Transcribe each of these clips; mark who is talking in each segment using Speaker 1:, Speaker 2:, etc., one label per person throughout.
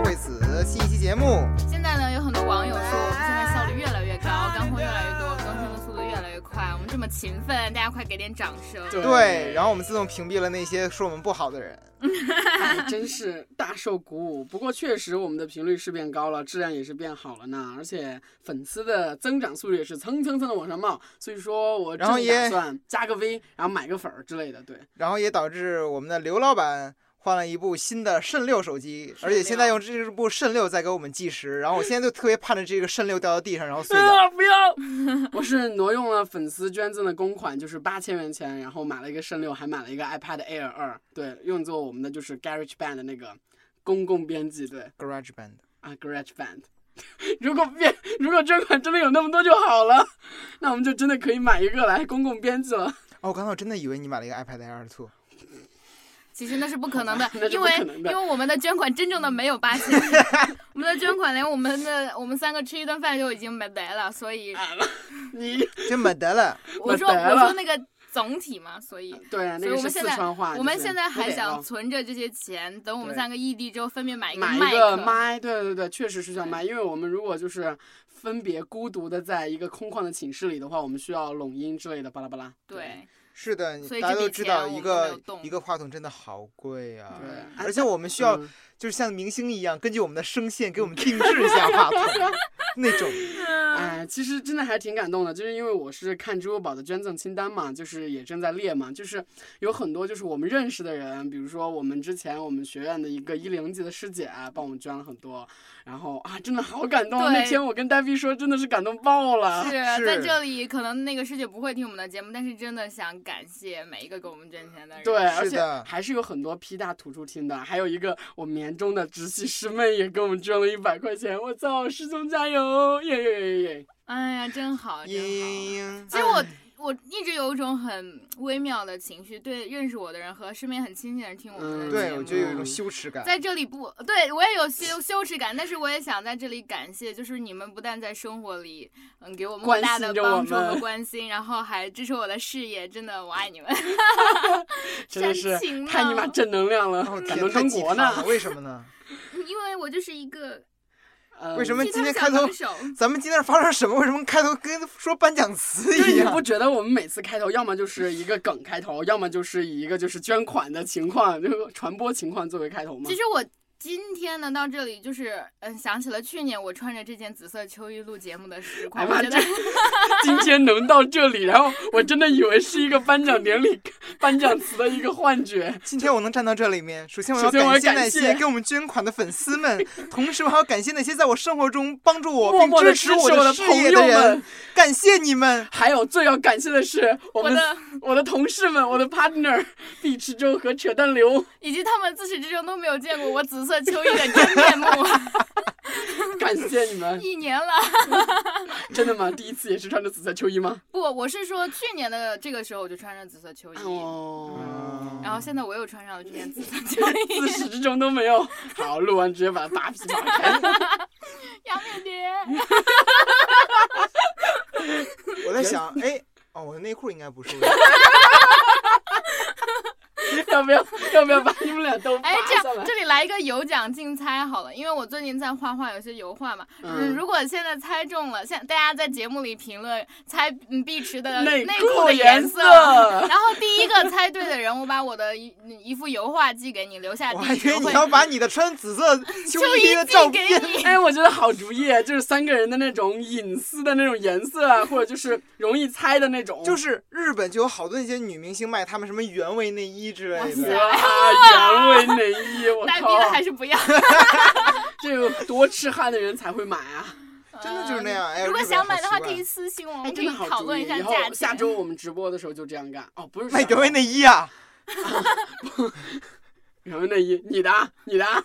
Speaker 1: 的新一期节目。
Speaker 2: 现在呢，有很多网友说我们现在效率越来越高，干货越来越多，更新的速度越来越快，我们这么勤奋，大家快给点掌声。
Speaker 3: 对
Speaker 1: 对，然后我们自动屏蔽了那些说我们不好的人。
Speaker 3: 哎 真是大受鼓舞。不过确实我们的频率是变高了，质量也是变好了呢，而且粉丝的增长速率也是蹭蹭蹭的往上冒。所以说我正
Speaker 1: 然后也
Speaker 3: 打算加个 V，然后买个粉儿之类的。对，
Speaker 1: 然后也导致我们的刘老板换了一部新的肾六手机，
Speaker 3: 肾
Speaker 1: 而
Speaker 3: 六
Speaker 1: 且现在用这部肾六在给我们计时。然后我现在就特别盼着这个肾六掉到地上，然后碎 掉。
Speaker 3: 啊不要！我是挪用了粉丝捐赠的公款，就是八千元钱，然后买了一个肾六，还买了一个 iPad Air 二，对，用作我们的就是 Garage Band 的那个公共编辑，对
Speaker 1: Garage Band，
Speaker 3: 啊，Garage Band。如 果编如果捐款真的有那么多就好了，那我们就真的可以买一个来公共编辑了。
Speaker 1: 哦，我刚才我真的以为你买了一个 iPad Air 2。
Speaker 2: 其实那是不可能的
Speaker 3: 那，是
Speaker 2: 因
Speaker 3: 不
Speaker 2: 为
Speaker 3: 可能
Speaker 2: 因
Speaker 3: 的
Speaker 2: 为我们的捐款真正的没有八千， 我们的捐款连我们的我们三个吃一顿饭就已经没得了，所以
Speaker 3: 啊你
Speaker 1: 真没得了。
Speaker 2: 我说
Speaker 3: 没得
Speaker 2: 我
Speaker 3: 了
Speaker 2: 说那个总体嘛，所以。
Speaker 3: 对啊，那
Speaker 2: 所以
Speaker 3: 个
Speaker 2: 我
Speaker 3: 是
Speaker 2: 们
Speaker 3: 四
Speaker 2: 现在
Speaker 3: 川话。
Speaker 2: 我们
Speaker 3: 就是
Speaker 2: 现在还
Speaker 3: 不得
Speaker 2: 想
Speaker 3: 了
Speaker 2: 存着这些钱，等我们
Speaker 1: 对
Speaker 2: 三个异地之后分别买一个
Speaker 3: 买
Speaker 2: 麦
Speaker 3: 一个
Speaker 2: 克。嗯
Speaker 3: 麦，对对对，确实是需要麦，因为我们如果就是分别孤独的在一个空旷的寝室里的话，我们需要拢音之类的，巴拉巴拉。
Speaker 2: 对，
Speaker 1: 是的，
Speaker 2: 所以
Speaker 1: 大家
Speaker 2: 这
Speaker 1: 都
Speaker 2: 笔
Speaker 1: 知
Speaker 2: 钱
Speaker 1: 道
Speaker 2: 我
Speaker 1: 一
Speaker 2: 们都 没有
Speaker 1: 个
Speaker 2: 动
Speaker 1: 一个话筒真的好贵啊
Speaker 3: 对，
Speaker 1: 而且我们需要
Speaker 3: 嗯
Speaker 1: 就是像明星一样，根据我们的声线给我们定制一下话 筒那种。
Speaker 2: 嗯
Speaker 3: 哎，其实真的还挺感动的，就是因为我是看支付宝的捐赠清单嘛，就是也正在列嘛，就是有很多就是我们认识的人，比如说我们之前我们学院的一个一零级的师姐、啊、帮我们捐了很多，然后啊，真的好感动啊！那
Speaker 2: 对
Speaker 3: 天我跟呆逼说，真的是感动爆了。
Speaker 2: 是
Speaker 1: 啊是
Speaker 2: 在这里，可能那个师姐不会听我们的节目，但是真的想感谢每一个给我们捐钱的人。
Speaker 3: 对，而
Speaker 1: 是
Speaker 3: 且
Speaker 1: 的
Speaker 3: 还是有很多批大土著听的，还有一个我们年中的直系师妹也给我们捐了一百块钱，我操，师兄加油，耶耶耶耶耶！
Speaker 2: 哎呀，真好，啊真好。
Speaker 1: 嘤
Speaker 2: 其实我我一直有一种很微妙的情绪，对认识我的人和身边很亲近的人听我们的
Speaker 3: 嗯
Speaker 2: 节
Speaker 1: 对，
Speaker 2: 目，
Speaker 1: 我觉得有一种
Speaker 3: 嗯
Speaker 1: 羞耻感。
Speaker 2: 在这里不对我也有羞羞耻感，但是我也想在这里感谢，就是你们不但在生活里嗯给我们很大的
Speaker 3: 关心着
Speaker 2: 帮助
Speaker 3: 我们
Speaker 2: 和关心，然后还支持我的事业，真的我爱你们，
Speaker 3: 真的是
Speaker 2: 煽情啊
Speaker 3: 太你妈
Speaker 2: 呢
Speaker 3: 正能量了，
Speaker 2: 嗯
Speaker 1: 哦
Speaker 3: 感
Speaker 1: 天，
Speaker 3: 动
Speaker 1: 太
Speaker 3: 中
Speaker 1: 鸡
Speaker 3: 国
Speaker 1: 汤
Speaker 3: 呢！
Speaker 1: 了，为什么呢？
Speaker 2: 因为我就是一个
Speaker 3: 呃
Speaker 1: 为什么
Speaker 2: 吉
Speaker 1: 今
Speaker 2: 他
Speaker 1: 天
Speaker 2: 小
Speaker 1: 开头
Speaker 2: 能手。
Speaker 1: 咱们今天发生什么？为什么开头跟说颁奖词
Speaker 3: 就是
Speaker 1: 一
Speaker 3: 你不
Speaker 1: 样？
Speaker 3: 觉得我们每次开头，要么就是一个梗开头，要么就是以一个就是捐款的情况，就是传播情况作为开头吗
Speaker 2: 其？实我今天呢到这里就是嗯想起了去年我穿着这件紫色秋衣录节目的时光，
Speaker 3: 哎
Speaker 2: 我
Speaker 3: 妈
Speaker 2: 觉得
Speaker 3: 这 今天能到这里，然后我真的以为是一个颁奖典礼 颁奖词的一个幻觉。
Speaker 1: 今天我能站到这里面，首先我要
Speaker 3: 首先我
Speaker 1: 感
Speaker 3: 要
Speaker 1: 谢
Speaker 3: 感
Speaker 1: 那些
Speaker 3: 谢
Speaker 1: 给我们捐款的粉丝们，同时我还要感谢那些在我生活中帮助我
Speaker 3: 默
Speaker 1: 并
Speaker 3: 默地
Speaker 1: 持
Speaker 3: 支持
Speaker 1: 我
Speaker 3: 我的
Speaker 1: 事
Speaker 3: 朋
Speaker 1: 业
Speaker 3: 友
Speaker 1: 的人
Speaker 3: 们，
Speaker 1: 感谢你们。
Speaker 3: 还有最要感谢的是
Speaker 2: 我
Speaker 3: 我们
Speaker 2: 的
Speaker 3: 我的同事们，我的 partner 毕池洲和扯淡 流，
Speaker 2: 以及他们自始至终都没有见过我紫色秋衣的真面 目，
Speaker 3: 感谢你们！
Speaker 2: 一年了。
Speaker 3: 真的吗？第一次也是穿着紫色秋衣吗？
Speaker 2: 不，我是说去年的这个时候我就穿上紫色秋衣，
Speaker 3: 哦
Speaker 2: 然后现在我又穿上了这件紫色秋衣
Speaker 3: 自，始至终都没有。好，录完直接把它扒皮扒开。
Speaker 2: 杨面蝶。
Speaker 1: 我在想，哎，哦，我的内裤应该不是我的。
Speaker 3: 要不要要不要把你们俩 都
Speaker 2: 哎，这
Speaker 3: 扒下
Speaker 2: 样
Speaker 3: 来？
Speaker 2: 这里来一个有奖竞猜好了，因为我最近在画画，有些油画嘛。嗯，
Speaker 3: 嗯
Speaker 2: 如果现在猜中了，现大家在节目里评论猜嗯碧池的
Speaker 3: 内
Speaker 2: 裤
Speaker 3: 裤
Speaker 2: 的
Speaker 3: 颜
Speaker 2: 色。
Speaker 3: 色
Speaker 2: 然后第一个猜对的人，我把我的一嗯一幅油画寄给你，留下
Speaker 1: 我
Speaker 2: 地
Speaker 1: 还以
Speaker 2: 址
Speaker 1: 为你
Speaker 2: 会
Speaker 1: 要把你的穿紫 色秋
Speaker 2: 秋
Speaker 1: 衣
Speaker 2: 衣
Speaker 1: 的照
Speaker 2: 寄给
Speaker 1: 片，
Speaker 2: 你。
Speaker 3: 哎，我觉得好主意，就是三个人的那种隐私的那种颜色啊，或者就是容易猜的那种。
Speaker 1: 就是日本就有好多那些女明星卖她们什么原味内衣之类
Speaker 2: 哇
Speaker 1: 的。
Speaker 2: 塞
Speaker 3: 哇，原味内衣， 我
Speaker 2: 呆逼
Speaker 3: 靠
Speaker 2: 的，还是不要，
Speaker 3: 这有多痴汉的人才会买啊！
Speaker 1: 真的就是那样
Speaker 2: 嗯
Speaker 1: 哎
Speaker 2: 如果
Speaker 1: 日本
Speaker 2: 想
Speaker 1: 好
Speaker 2: 买的话，
Speaker 1: 奇
Speaker 2: 可
Speaker 1: 怪
Speaker 2: 以私信我，我
Speaker 3: 哎，
Speaker 2: 们可
Speaker 3: 真
Speaker 2: 以
Speaker 3: 的好
Speaker 2: 讨
Speaker 3: 主
Speaker 2: 论
Speaker 3: 意。
Speaker 2: 一下
Speaker 3: 以后
Speaker 2: 价钱。
Speaker 3: 下周我们直播的时候就这样干。哦，不是
Speaker 1: 卖
Speaker 3: 下周
Speaker 1: 原味内衣啊！
Speaker 3: 原味内衣，你的啊，你的啊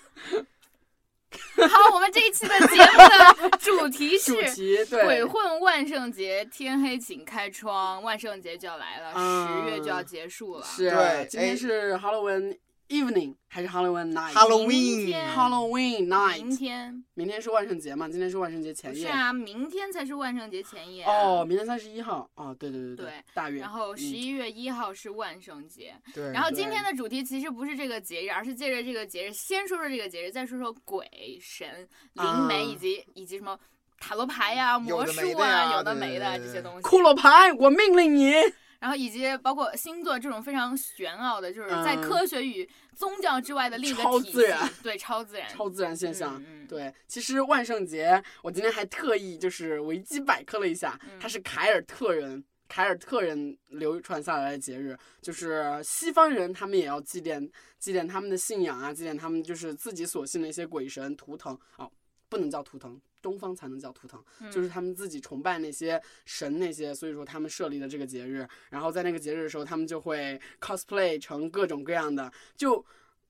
Speaker 2: 好，我们这一期的节目 的主题是
Speaker 3: 主题
Speaker 2: 鬼
Speaker 3: 对。
Speaker 2: 混万圣节，天黑请开窗，万圣节就要来了，
Speaker 3: 嗯
Speaker 2: 十月就要结束了。
Speaker 3: 是啊
Speaker 1: 对，
Speaker 3: 今
Speaker 1: 哎
Speaker 3: 天是 Halloween evening 还是 Halloween night？
Speaker 2: 啊明
Speaker 1: Halloween，
Speaker 2: 天
Speaker 3: Halloween
Speaker 2: 明
Speaker 3: night，
Speaker 2: 天
Speaker 3: 明天是万圣节嘛？今天是万圣节
Speaker 2: 不
Speaker 3: 前
Speaker 2: 是
Speaker 3: 夜。
Speaker 2: 啊，明天才是万圣节前夜啊
Speaker 3: 哦，。明天三十一号。哦，对对对
Speaker 2: 对，
Speaker 3: 大月。
Speaker 2: 然后
Speaker 3: 嗯
Speaker 2: 十一月一号是万圣节，
Speaker 1: 对，
Speaker 2: 然后
Speaker 3: 对
Speaker 2: 今天的主题其实不是这个节日，而是借着这个节日，先说说这个节日，再说说鬼神、灵媒
Speaker 3: 啊
Speaker 2: 以及、以及什么塔罗牌呀、魔
Speaker 1: 有的没
Speaker 2: 术
Speaker 1: 的
Speaker 2: 啊、
Speaker 1: 呀
Speaker 2: 有的
Speaker 1: 对
Speaker 2: 没
Speaker 1: 对对
Speaker 2: 的这
Speaker 1: 对
Speaker 2: 些东西。
Speaker 3: 骷髅牌，我命令你。
Speaker 2: 然后以及包括星座这种非常玄奥的，就是在
Speaker 3: 嗯
Speaker 2: 科学与宗教之外的另一个
Speaker 3: 超
Speaker 2: 体
Speaker 3: 自
Speaker 2: 系
Speaker 3: 然，
Speaker 2: 对超自然，
Speaker 3: 超自然现象。
Speaker 2: 嗯嗯
Speaker 3: 对，其实万圣节，我今天还特意就是维基百科了一下，它
Speaker 2: 嗯
Speaker 3: 是凯尔特人。凯尔特人流传下来的节日，就是西方人他们也要祭奠祭奠他们的信仰啊，祭奠他们就是自己所信的一些鬼神图腾哦，不能叫图腾，东方才能叫图腾，就是
Speaker 2: 嗯
Speaker 3: 他们自己崇拜那些神那些，所以说他们设立的这个节日。然后在那个节日的时候，他们就会 cosplay 成各种各样的，就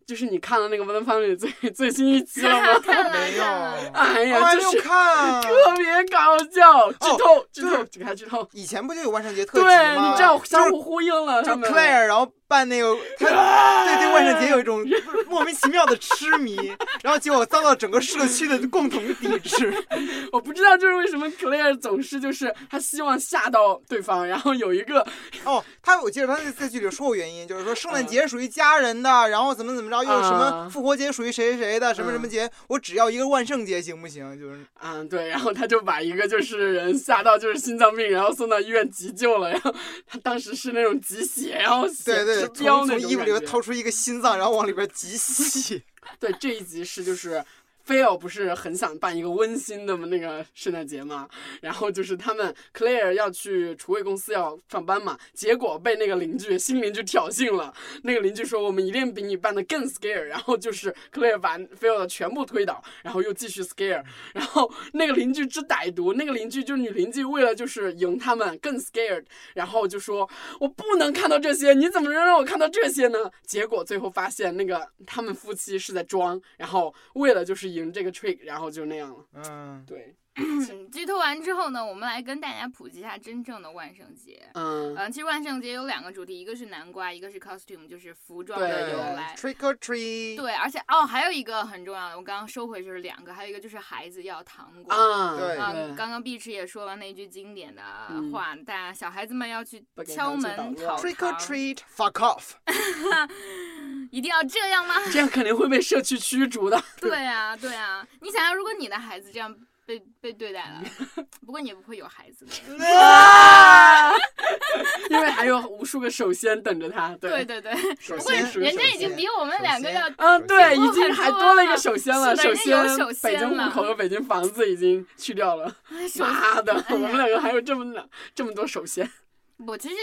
Speaker 3: 就是你看了那个《文芳女》最最新一 期了吗？
Speaker 2: 看了
Speaker 1: 没有，
Speaker 2: 看了
Speaker 3: 哎
Speaker 1: 我
Speaker 3: 呀，
Speaker 1: 啊还没
Speaker 3: 就是
Speaker 1: 有看。
Speaker 3: 特别搞
Speaker 1: 哦
Speaker 3: 笑，剧透剧
Speaker 1: 对
Speaker 3: 透，给他剧透。
Speaker 1: 以前不就有万圣节特
Speaker 3: 对，
Speaker 1: 辑吗？
Speaker 3: 你这样
Speaker 1: 就
Speaker 3: 相
Speaker 1: 是
Speaker 3: 互呼应了，
Speaker 1: 就
Speaker 3: 他
Speaker 1: 是
Speaker 3: 们
Speaker 1: Claire，然后扮 那个，他对对万圣节有一种莫名其妙的痴迷，然后结果遭到整个社区的共同抵制。
Speaker 3: 我不知道这是为什么 Claire 总是就是他希望吓到对方，然后有一个
Speaker 1: 哦，他我记得他在在剧里说过原因，就是说圣诞节属于家人的，然后怎么怎么着，又有什么
Speaker 3: 啊
Speaker 1: 复活节属于谁谁谁的，什么什么节，我只要一个万圣节行不行？就是
Speaker 3: 嗯，对，然后他就把一个就是人吓到就是心脏病，然后送到医院急救了，然后他当时是那种急血，然后
Speaker 1: 对
Speaker 3: 血
Speaker 1: 对，
Speaker 3: 直
Speaker 1: 从
Speaker 3: 飙那
Speaker 1: 从
Speaker 3: 种
Speaker 1: 衣服里
Speaker 3: 感
Speaker 1: 边
Speaker 3: 觉
Speaker 1: 掏出一个心脏，然后往里边挤 血。
Speaker 3: 对，这一集是就是。菲尔不是很想办一个温馨的那个圣诞节嘛，然后就是他们 Claire 要去厨卫公司要上班嘛，结果被那个邻居新邻居挑衅了。那个邻居说我们一定比你办的更 scare，然后就是 Claire 把菲尔的全部推倒，然后又继续 scare，然后那个邻居之歹毒，那个邻居就是女邻居，为了就是赢他们更 scared，然后就说我不能看到这些，你怎么能让我看到这些呢？结果最后发现那个他们夫妻是在装，然后为了就是赢这个 trick，然后就那样了。
Speaker 1: 嗯，
Speaker 3: 对，
Speaker 2: 嗯剧透完之后呢，我们来跟大家普及一下真正的万圣节。
Speaker 3: 嗯，
Speaker 2: 嗯，其实万圣节有两个主题，一个是南瓜，一个是 costume，就是服装
Speaker 3: 对
Speaker 2: 的由来。
Speaker 1: ，trick or treat。
Speaker 2: 对，而且哦，还有一个很重要的，我刚刚收回就是两个，还有一个就是孩子要糖果。
Speaker 3: 啊，
Speaker 1: 对
Speaker 2: 啊，
Speaker 3: 对
Speaker 2: 刚刚碧池也说完那句经典的
Speaker 3: 嗯
Speaker 2: 话，大家小孩子们要去
Speaker 3: 不给
Speaker 2: 敲
Speaker 3: 糖吃
Speaker 2: 门
Speaker 3: 捣
Speaker 2: 讨
Speaker 3: 乱
Speaker 1: Trick or
Speaker 2: 糖，
Speaker 1: treat, fuck off！
Speaker 2: 一定要这 样吗？
Speaker 3: 这样肯定会被社区驱逐的。
Speaker 2: 对啊，对啊，你想想，如果你的孩子这样被被对待 了，不过你也不会有孩子的。
Speaker 3: 因为还有无数个首先等着他。
Speaker 2: 对
Speaker 3: 对
Speaker 2: 对对，
Speaker 3: 首
Speaker 2: 不过
Speaker 3: 先是个
Speaker 2: 人家
Speaker 3: 首
Speaker 2: 已经
Speaker 3: 先
Speaker 2: 比我们
Speaker 1: 首
Speaker 2: 两个
Speaker 1: 先
Speaker 2: 要
Speaker 3: 嗯，对，
Speaker 2: 进步
Speaker 3: 已经
Speaker 2: 很
Speaker 3: 还
Speaker 2: 哦多
Speaker 3: 多了一
Speaker 2: 了
Speaker 3: 个首先了。
Speaker 2: 是的
Speaker 3: 首
Speaker 2: 人家有
Speaker 3: 先
Speaker 2: 首，
Speaker 3: 北
Speaker 2: 先
Speaker 3: 京户
Speaker 2: 了
Speaker 3: 口和北京房子已经去掉了。
Speaker 2: 首
Speaker 3: 妈的，
Speaker 2: 哎
Speaker 3: 我们
Speaker 2: 呀
Speaker 3: 两个还有这么两这么多首先。
Speaker 2: 我其实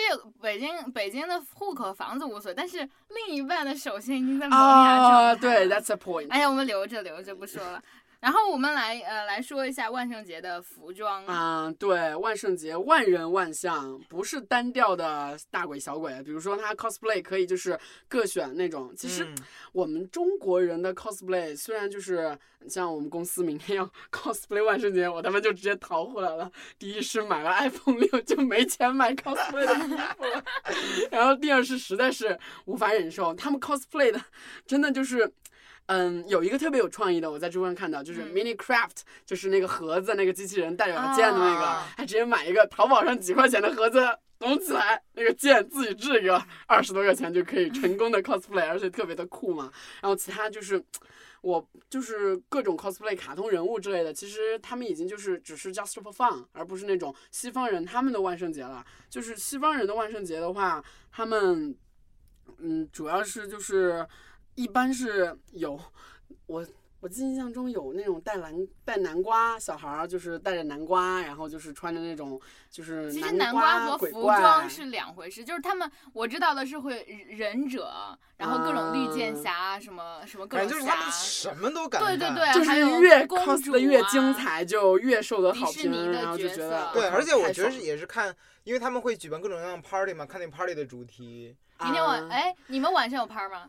Speaker 2: 北京北京的户口房子无所谓，但是另一半的手线已经在萌芽状态
Speaker 3: 啊，
Speaker 2: 了
Speaker 3: 对，That's a point。
Speaker 2: 哎呀，我们留着留着不说了。然后我们来呃来说一下万圣节的服装。
Speaker 3: 啊，对，万圣节万人万象，不是单调的大鬼小鬼。比如说，他 cosplay 可以就是各选那种。其实
Speaker 1: 嗯
Speaker 3: 我们中国人的 cosplay 虽然就是像我们公司明天要 cosplay 万圣节，我他妈就直接逃回来了。第一是买了 iPhone 六就没钱买 cosplay 的衣服了，然后第二是实在是无法忍受他们 cosplay 的，真的就是。嗯，有一个特别有创意的，我在知乎上看到，就是
Speaker 2: 嗯
Speaker 3: Mini Craft，、就是那个盒子，那个机器人带软件的那个，
Speaker 1: 啊
Speaker 3: 还直接买一个淘宝上几块钱的盒子缝起来，那个剑自己制一个，二十多块钱就可以成功的 cosplay，而且特别的酷嘛。然后其他就是，我就是各种 cosplay 卡通人物之类的，其实他们已经就是只是 just for fun，而不是那种西方人他们的万圣节了。就是西方人的万圣节的话，他们嗯，主要是就是一般是有我。我记印象中有那种带南带南瓜小孩儿，就是带着南瓜，然后就是穿着那种就是
Speaker 2: 其实
Speaker 3: 南
Speaker 2: 南瓜和
Speaker 3: 鬼
Speaker 2: 服
Speaker 3: 怪
Speaker 2: 装是两回事，就是他们我知道的是会忍者，然后各种绿箭
Speaker 3: 嗯
Speaker 2: 侠啊什么什么各
Speaker 1: 反正
Speaker 2: 种
Speaker 1: 就是
Speaker 2: 侠
Speaker 1: 他们，什么都敢
Speaker 2: 对
Speaker 1: 干。
Speaker 2: 对对，
Speaker 3: 就
Speaker 2: 还
Speaker 3: 是
Speaker 2: 有
Speaker 3: 越
Speaker 2: 公
Speaker 3: cos
Speaker 2: 主
Speaker 3: 的越
Speaker 2: 啊
Speaker 3: 精，彩，就越受到
Speaker 2: 迪
Speaker 3: 好
Speaker 2: 士
Speaker 3: 评
Speaker 2: 尼，的
Speaker 3: 然后就
Speaker 2: 角
Speaker 3: 觉得
Speaker 2: 色啊
Speaker 1: 对，
Speaker 3: 哇
Speaker 1: 而且我
Speaker 3: 太
Speaker 1: 觉得
Speaker 3: 爽
Speaker 1: 是
Speaker 3: 了
Speaker 1: 也是看，因为他们会举办各种各样的 party 嘛，看那 party 的主题。
Speaker 2: 明天晚
Speaker 3: 啊
Speaker 2: 哎，你们晚上有拍吗？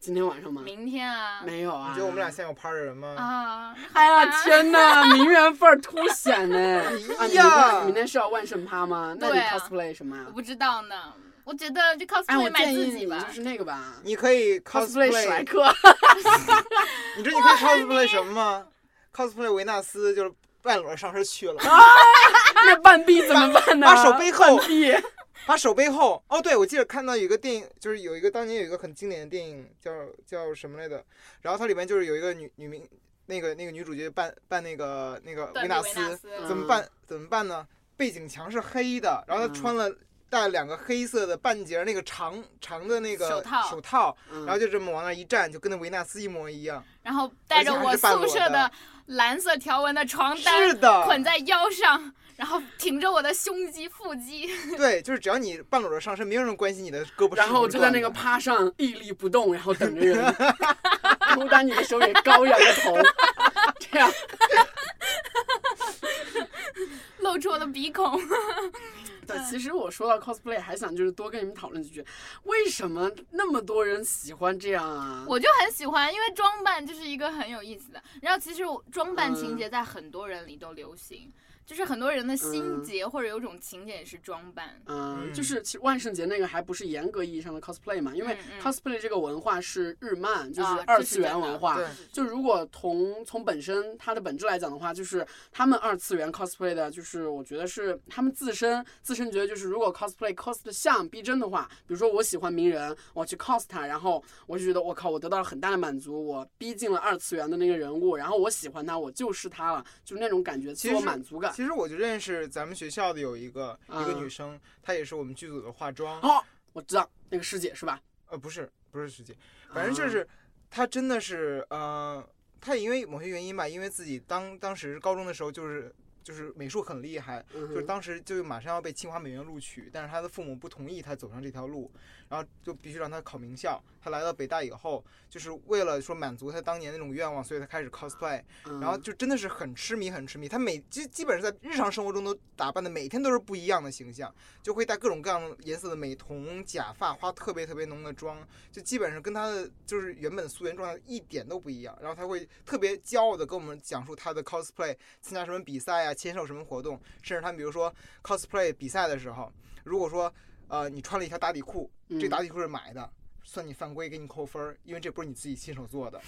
Speaker 3: 今天晚上吗？
Speaker 2: 明天啊
Speaker 3: 没有啊？
Speaker 1: 你觉得我们俩？像有 party 的人吗？
Speaker 2: 啊，
Speaker 3: 哎呀天哪，名媛范儿凸 显呢！啊，你明
Speaker 1: 哎呀
Speaker 3: 天你明天是要万圣趴吗？那你
Speaker 2: 对啊
Speaker 3: cosplay 什么呀啊
Speaker 2: 我？不知道呢，我觉得就 cosplay
Speaker 3: 哎我
Speaker 2: 卖
Speaker 3: 建
Speaker 2: 自
Speaker 3: 议
Speaker 2: 己
Speaker 3: 你
Speaker 2: 吧
Speaker 3: 就。是那个 吧
Speaker 1: 你可以
Speaker 3: ，cosplay 史莱
Speaker 1: cosplay，
Speaker 3: 克，
Speaker 1: 你知道你可以 cosplay 什么吗？cosplay 维纳斯就是半裸上身去了，
Speaker 3: 那半臂怎么 办呢？
Speaker 1: 把手背后
Speaker 3: 半臂，
Speaker 1: 把手背后。哦，对，我记得看到有一个电影，就是有一个当年有一个很经典的电影叫叫什么来着？然后它里面就是有一个女女明，那个那个女主角扮扮那个那个
Speaker 2: 对
Speaker 1: 维
Speaker 2: 纳
Speaker 1: 纳斯，
Speaker 3: 嗯
Speaker 1: 怎么办？怎么办呢？背景墙是黑的，然后她
Speaker 3: 嗯
Speaker 1: 穿了带两个黑色的半截儿那个长长的那个
Speaker 2: 手套
Speaker 1: 手套，
Speaker 3: 嗯
Speaker 1: 然后就这么往那儿一站，就跟那维纳斯一模一样。
Speaker 2: 然后带着我宿舍的蓝色条纹的床
Speaker 1: 是
Speaker 2: 单
Speaker 1: 的，
Speaker 2: 捆在腰上，然后挺着我的胸肌、腹肌，
Speaker 1: 对，就是只要你半裸着上身，没有人关心你的胳膊是不是断的。
Speaker 3: 然后就在那个趴上屹立不动，然后等着 人，孤单你的手也高仰着 头，这样
Speaker 2: 露出我的鼻孔。
Speaker 3: 对，
Speaker 2: 嗯
Speaker 3: 其实我说到 cosplay，还想就是多跟你们讨论几句，为什么那么多人喜欢这样啊？
Speaker 2: 我就很喜欢，因为装扮就是一个很有意思的。然后其实我装扮情
Speaker 3: 嗯
Speaker 2: 节在很多人里都流行，就是很多人的心结或者有种情节也是装扮。
Speaker 3: 嗯，
Speaker 1: 嗯
Speaker 3: 就是其实万圣节那个还不是严格意义上的 cosplay 嘛，因为
Speaker 2: 嗯嗯
Speaker 3: cosplay 这个文化是日漫，就是
Speaker 2: 啊
Speaker 3: 二
Speaker 2: 这是
Speaker 3: 次元
Speaker 2: 真的
Speaker 3: 文化。
Speaker 1: 对
Speaker 3: 就如果从从本身它的本质来讲的话，就是他们二次元 cosplay 的，就是我觉得是他们自身自身觉得就是如果 cosplay cos 的像逼真的话，比如说我喜欢名人，我去 cos 他，然后我就觉得我靠，我得到了很大的满足，我逼近了二次元的那个人物，然后我喜欢他，我就是他了，就是那种感觉，
Speaker 1: 其
Speaker 3: 自我
Speaker 1: 实
Speaker 3: 满足感。
Speaker 1: 其实我就认识咱们学校的有一个、一个
Speaker 3: 嗯
Speaker 1: 女生，她也是我们剧组的化妆，
Speaker 3: 哦，我知道那个师姐是吧？
Speaker 1: 呃，不是不是师姐，反正
Speaker 3: 啊
Speaker 1: 就是她真的是呃，她也因为某些原因吧，因为自己当当时高中的时候就是就是美术很厉害，
Speaker 3: 嗯哼，
Speaker 1: 就是当时就马上要被清华美院录取，但是他的父母不同意他走上这条路，然后就必须让他考名校。他来到北大以后，就是为了说满足他当年那种愿望，所以他开始 cosplay，
Speaker 3: 嗯，
Speaker 1: 然后就真的是很痴迷，很痴迷。他每基基本上在日常生活中都打扮的每天都是不一样的形象，就会戴各种各样的颜色的美瞳、假发，化特别特别浓的妆，就基本上跟他的就是原本素颜状态一点都不一样。然后他会特别骄傲的跟我们讲述他的 cosplay 参加什么比赛啊，签售什么活动，甚至他们比如说 cosplay 比赛的时候，如果说呃你穿了一条打底裤，这
Speaker 3: 嗯
Speaker 1: 打底裤是买的。算你犯规，给你扣分儿，因为这不是你自己亲手做的。